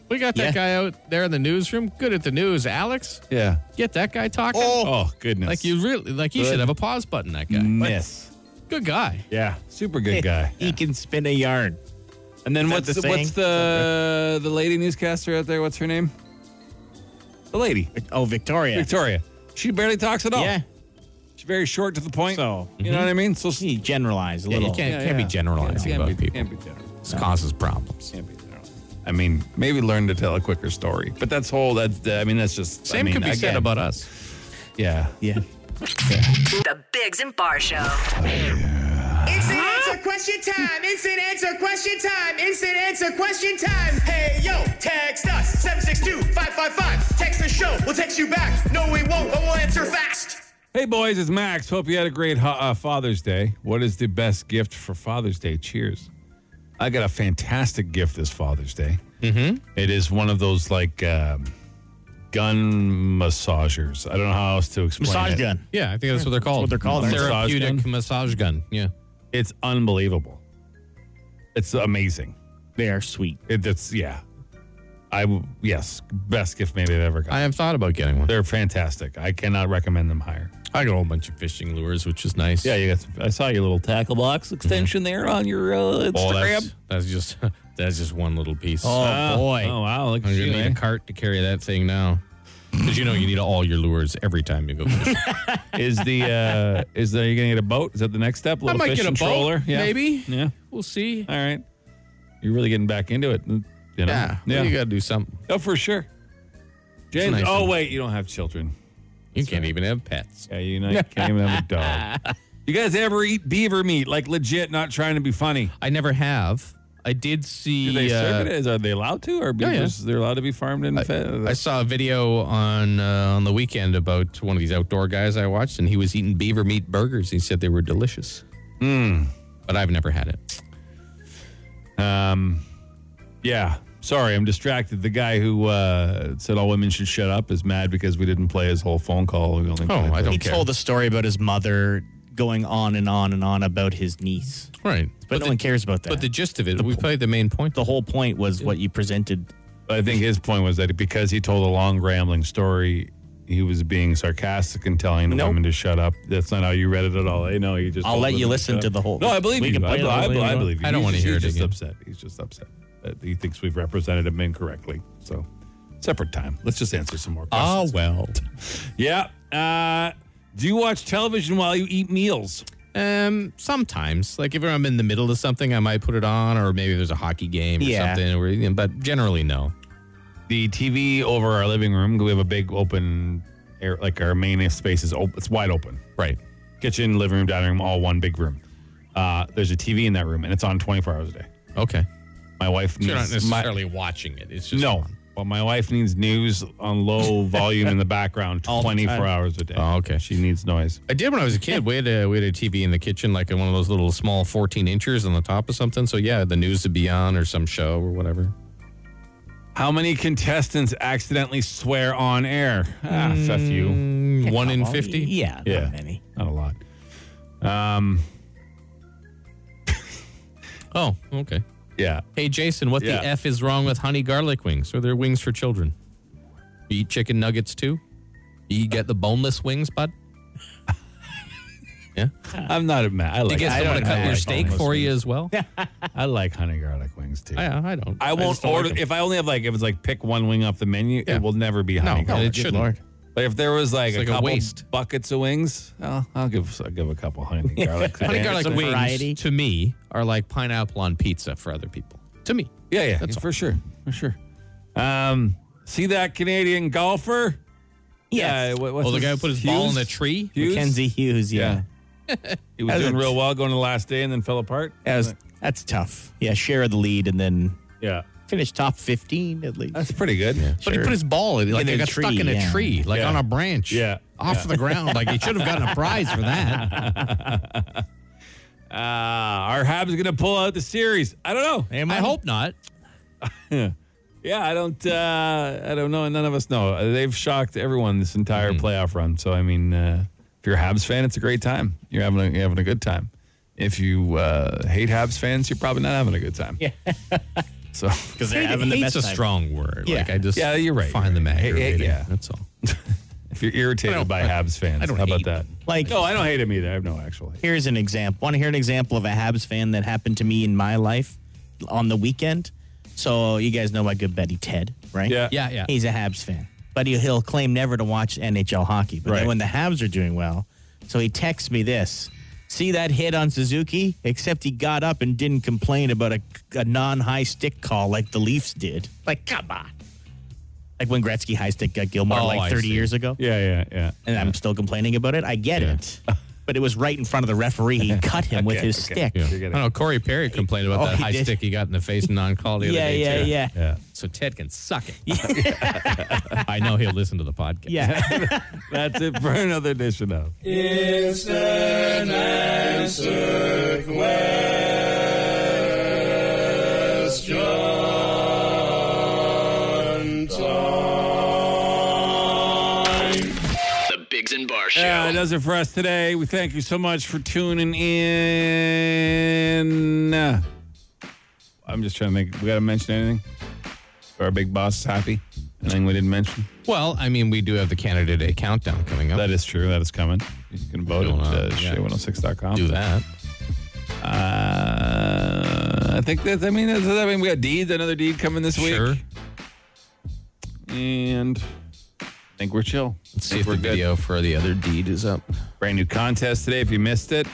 D: We got that guy out there in the newsroom, good at the news, Alex.
C: Yeah.
D: Get that guy talking.
C: Oh, goodness.
D: Like you really like you
C: Good. Mm.
D: should have a pause button that guy.
C: Miss.
D: Good guy.
C: Yeah, super good guy.
E: He can spin a yarn.
C: And then
E: Is that
C: what's
E: the
C: the,
E: saying?
C: what's the the lady newscaster out there? What's her name? The lady.
E: Oh, Victoria.
C: Victoria. She barely talks at all.
E: Yeah.
C: She's very short to the point.
E: So
C: You
D: mm-hmm.
C: know what I mean? So
E: he generalized a
D: Yeah,
E: little.
D: you can't, can't be generalizing
C: Oh. Can't
D: about
C: be-
D: people.
C: can't be general.
D: This causes problems.
C: Can't be general. I mean, maybe learn to tell a quicker story. But that's whole. That's I mean, that's just I
D: Same
C: mean,
D: could be said
C: again,
D: about us.
C: Yeah.
E: Yeah.
H: The Bigs and Bar Show.
F: Instant answer question time. Instant answer question time. Instant answer question time. Hey yo, text us 762-555. Text the show. We'll text you back. No, we won't, but we'll answer fast.
C: Hey boys, it's Max. Hope you had a great ho- uh, Father's Day. What is the best gift for Father's Day? Cheers. I got a fantastic gift this Father's Day. Mm-hmm. is one of those like um, gun massagers. I don't know how else to explain
E: Massage
C: it.
E: gun.
D: Yeah, I think that's what they're called.
E: what they're called.
D: Therapeutic
C: Massage
D: massage gun. Yeah.
C: It's unbelievable. It's amazing.
E: They are sweet.
C: It, it's yeah. I w- yes, best gift maybe I've ever got.
D: I have thought about getting one.
C: They're fantastic. I cannot recommend them higher.
D: I got a whole bunch of fishing lures, which is nice.
C: Yeah, you got. Some, I saw your little tackle box extension there on your uh,
D: Oh,
C: Instagram.
D: that's, that's just that's just one little piece. Ah.
C: boy! Oh wow! Look at
D: I'm
C: you,
D: gonna need
C: eh?
D: a cart to carry that thing now. Because you know you need all your lures every time you go fishing.
C: is the uh is there you gonna get a boat? Is that the next step?
D: I
C: Little
D: might
C: fishing
D: get a boat,
C: trawler? Yeah.
D: maybe.
C: Yeah.
D: We'll see.
C: All right. You're really getting back into it. You know?
D: Yeah,
C: Yeah.
D: you got to do something.
C: oh, for sure. James.
D: nice
C: oh
D: one.
C: wait, you don't have children.
D: You can't even have pets.
C: Yeah, you know you can't even have a dog. You guys ever eat beaver meat? Like legit, not trying to be funny.
D: I never have. I did see.
C: Do they
D: uh,
C: serve it? Is are they allowed to? Or
D: yeah.
C: beavers? They're allowed to be farmed uh, and fed.
D: I saw a video on uh, on the weekend about one of these outdoor guys I watched, and he was eating beaver meat burgers. He said they were delicious.
E: Hmm.
D: But I've never had it.
C: Um, yeah. Sorry, I'm distracted. The guy who uh, said all women should shut up is mad because we didn't play his whole phone call. We only played
D: I
C: the-
D: don't
E: He
D: care.
E: told a story about his mother going on and on and on about his niece.
D: Right.
E: But, no
D: the,
E: one cares about that.
D: But the gist of it, we played the main point.
E: the whole point was what you presented.
C: I think his point was that because he told a long rambling story, he was being sarcastic and telling the
E: Nope.
C: women to shut up. That's not how you read it at all. Eh? No, you just.
E: I'll
C: told
E: let
C: them
E: you
C: to
E: listen
C: shut
E: to
C: up.
E: the whole-
C: No, I believe
E: We
C: you.
E: can
C: I,
E: play the
C: I,
E: whole thing
C: I,
E: if you
C: believe you.
D: want. I don't
C: He's
D: wanna
C: just-
D: hear
C: he's
D: it
C: just
D: again.
C: upset. He's just upset. that He thinks we've represented him incorrectly. So, separate time. Let's just answer some more questions.
D: Ah, well.
C: Yeah. Uh, do you watch television while you eat meals?
D: Um, sometimes, like if I'm in the middle of something, I might put it on, or maybe there's a hockey game or
E: Yeah.
D: something. Or, you know, but generally, no.
C: The TV over our living room. We have a big open air, like our main space is open. It's wide open.
D: Right.
C: Kitchen, living room, dining room, all one big room. Uh, there's a TV in that room, and it's on 24 hours a day.
D: Okay.
C: My wife
D: So you're not
C: needs my,
D: necessarily watching it. It's just
C: no.
D: on.
C: Well, my wife needs news on low volume in the background 24 hours a day.
D: Oh, okay.
C: She needs noise.
D: I did when I was a kid. We had a we had a TV in the kitchen, like one of those little small 14 inchers on the top of something. So yeah, the news would be on or some show or whatever.
C: How many contestants accidentally swear on air? Ah,
D: Hmm.
C: F you.
D: Mm, One in 50.
E: Oh, Yeah, not
C: Yeah.
E: many.
C: Not a lot. Um,
D: Oh, okay.
C: yeah.
D: Hey Jason, what
C: Yeah.
D: the f is wrong with honey garlic wings? Are there wings for children? You eat chicken nuggets too? You get the boneless wings, bud?
C: I'm not a man. I
D: You
C: like.
D: get
C: I
D: someone to
C: don't- I
D: cut your
C: like
D: steak
C: boneless
D: for you
C: wings.
D: as well?
C: I like honey garlic wings too. I,
D: I, I don't.
C: won't
D: just don't like
C: order
D: them.
C: if I only have like if it's like pick one wing off the menu.
D: Yeah.
C: It will never be
D: No,
C: honey
D: and
C: garlic.
D: it shouldn't.
C: But if there was like,
D: It's
C: a
D: like a
C: couple
D: waste.
C: buckets of wings, I'll, I'll give I'll give a couple honey garlic.
D: Honey
C: Yeah.
D: garlic
E: some
D: wings
E: variety.
D: to me are like pineapple on pizza for other people. To me.
C: Yeah, yeah,
D: That's all.
C: for sure, for sure. Um, see that Canadian golfer? Yeah. what- what's
D: Oh, the guy who put his ball in the tree?
C: Hughes?
E: Mackenzie Hughes, yeah.
C: Yeah. He was
E: That's
C: doing
E: a-
C: real well going to the last day and then fell apart.
E: That was- that's tough. Yeah, share of the lead and then
C: Yeah,
E: finish top 15 at least.
C: that's pretty good.
D: But he put his ball in, like
E: In
D: it
E: a
D: got stuck
E: tree,
D: in a
E: yeah.
D: tree, like
C: Yeah.
D: on a branch.
C: Yeah.
D: Off the ground. Like he should have gotten a prize for that.
C: Uh, our Habs going to pull out the series. I don't know.
D: I hope not.
C: Yeah, I don't. Uh, I don't know. None of us know. Uh, They've shocked everyone this entire playoff run. So I mean, uh, if you're a Habs fan, it's a great time. You're having a, you're having a good time. If you uh, hate Habs fans, you're probably not having a good time. Yeah. So
E: because they're having the best
D: Hate's a
E: time.
D: strong word.
E: Yeah.
D: Like I just
C: Yeah, you're right.
D: Find them
C: Hey, hey,
D: aggravating.
C: yeah.
D: that's all.
C: if you're irritated by Habs fans,
E: I don't
C: how about
E: hate
C: that?
E: Like-
C: no, I don't hate him either. I have no actual hate.
E: Here's an example. Want to hear an example of a Habs fan that happened to me in my life on the weekend? So you guys know my good buddy Ted, right?
C: Yeah. Yeah, yeah.
E: He's a Habs fan, but he, he'll claim never to watch NHL hockey. But
C: Right.
E: then when the Habs are doing well, so he texts me this: "See that hit on Suzuki? Except he got up and didn't complain about a, a non-high stick call like the Leafs did. Like, come on." Like when Gretzky high stick got Gilmore
D: Oh, I
E: like 30
D: see.
E: years ago
C: Yeah, yeah, yeah.
E: and I'm still complaining about it. I get it. But it was right in front of the referee. He cut him with his stick.
D: Yeah.
C: You're
D: I
C: gonna-
D: know. Corey Perry complained about
E: Oh,
D: that
E: he
D: high
E: did.
D: stick he got in the face and non-call the other
E: Yeah,
D: day.
E: yeah,
D: too.
E: yeah.
C: Yeah.
D: So Ted can suck it. I know he'll listen to the podcast.
E: Yeah.
C: That's it for another edition of.
B: The Biggs and Bar Show.
C: Yeah, that does it for us today. We thank you so much for tuning in. I'm just trying to think. We got to mention anything? Our big boss is happy. Anything we didn't mention?
D: Well, I mean, we do have the Canada Day countdown coming up.
C: That is true. That is coming. You can vote at
D: Going on,
C: uh,
D: yeah.
C: shay106.com.
D: do that.
C: Uh, I think that, I mean, that's, I mean, we got deeds, another deed coming this week.
D: Sure.
C: And I think we're chill.
D: Let's see
C: Think
D: if
C: we're
D: the
C: good.
D: video for the other deed is up.
C: Brand new contest today. If you missed it,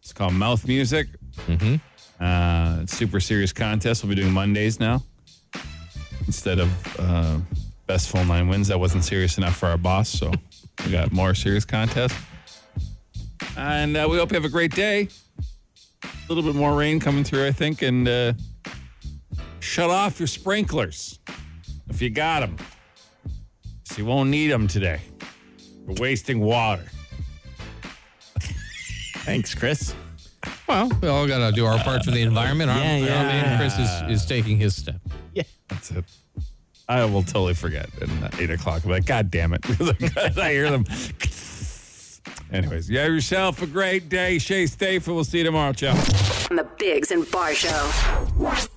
C: it's called Mouth Music. Mm-hmm. Uh, it's super serious contest. We'll be doing Mondays now instead of uh, best full nine wins. That wasn't serious enough for our boss, so we got more serious contest. And uh, we hope you have a great day. A little bit more rain coming through, I think, and uh, shut off your sprinklers if you got them. You won't need them today. You're wasting water.
E: Thanks, Chris.
D: Well, we all got to do our part for the environment. Our,
E: Yeah, yeah.
D: our man Chris is, is taking his step.
E: Yeah.
C: That's it. I will totally forget at eight o'clock. I'm like, God damn it. 'Cause I hear them. Anyways, you have yourself a great day. Shay Stafer. We'll see you tomorrow. Ciao.
H: on the Bigs and Bar Show.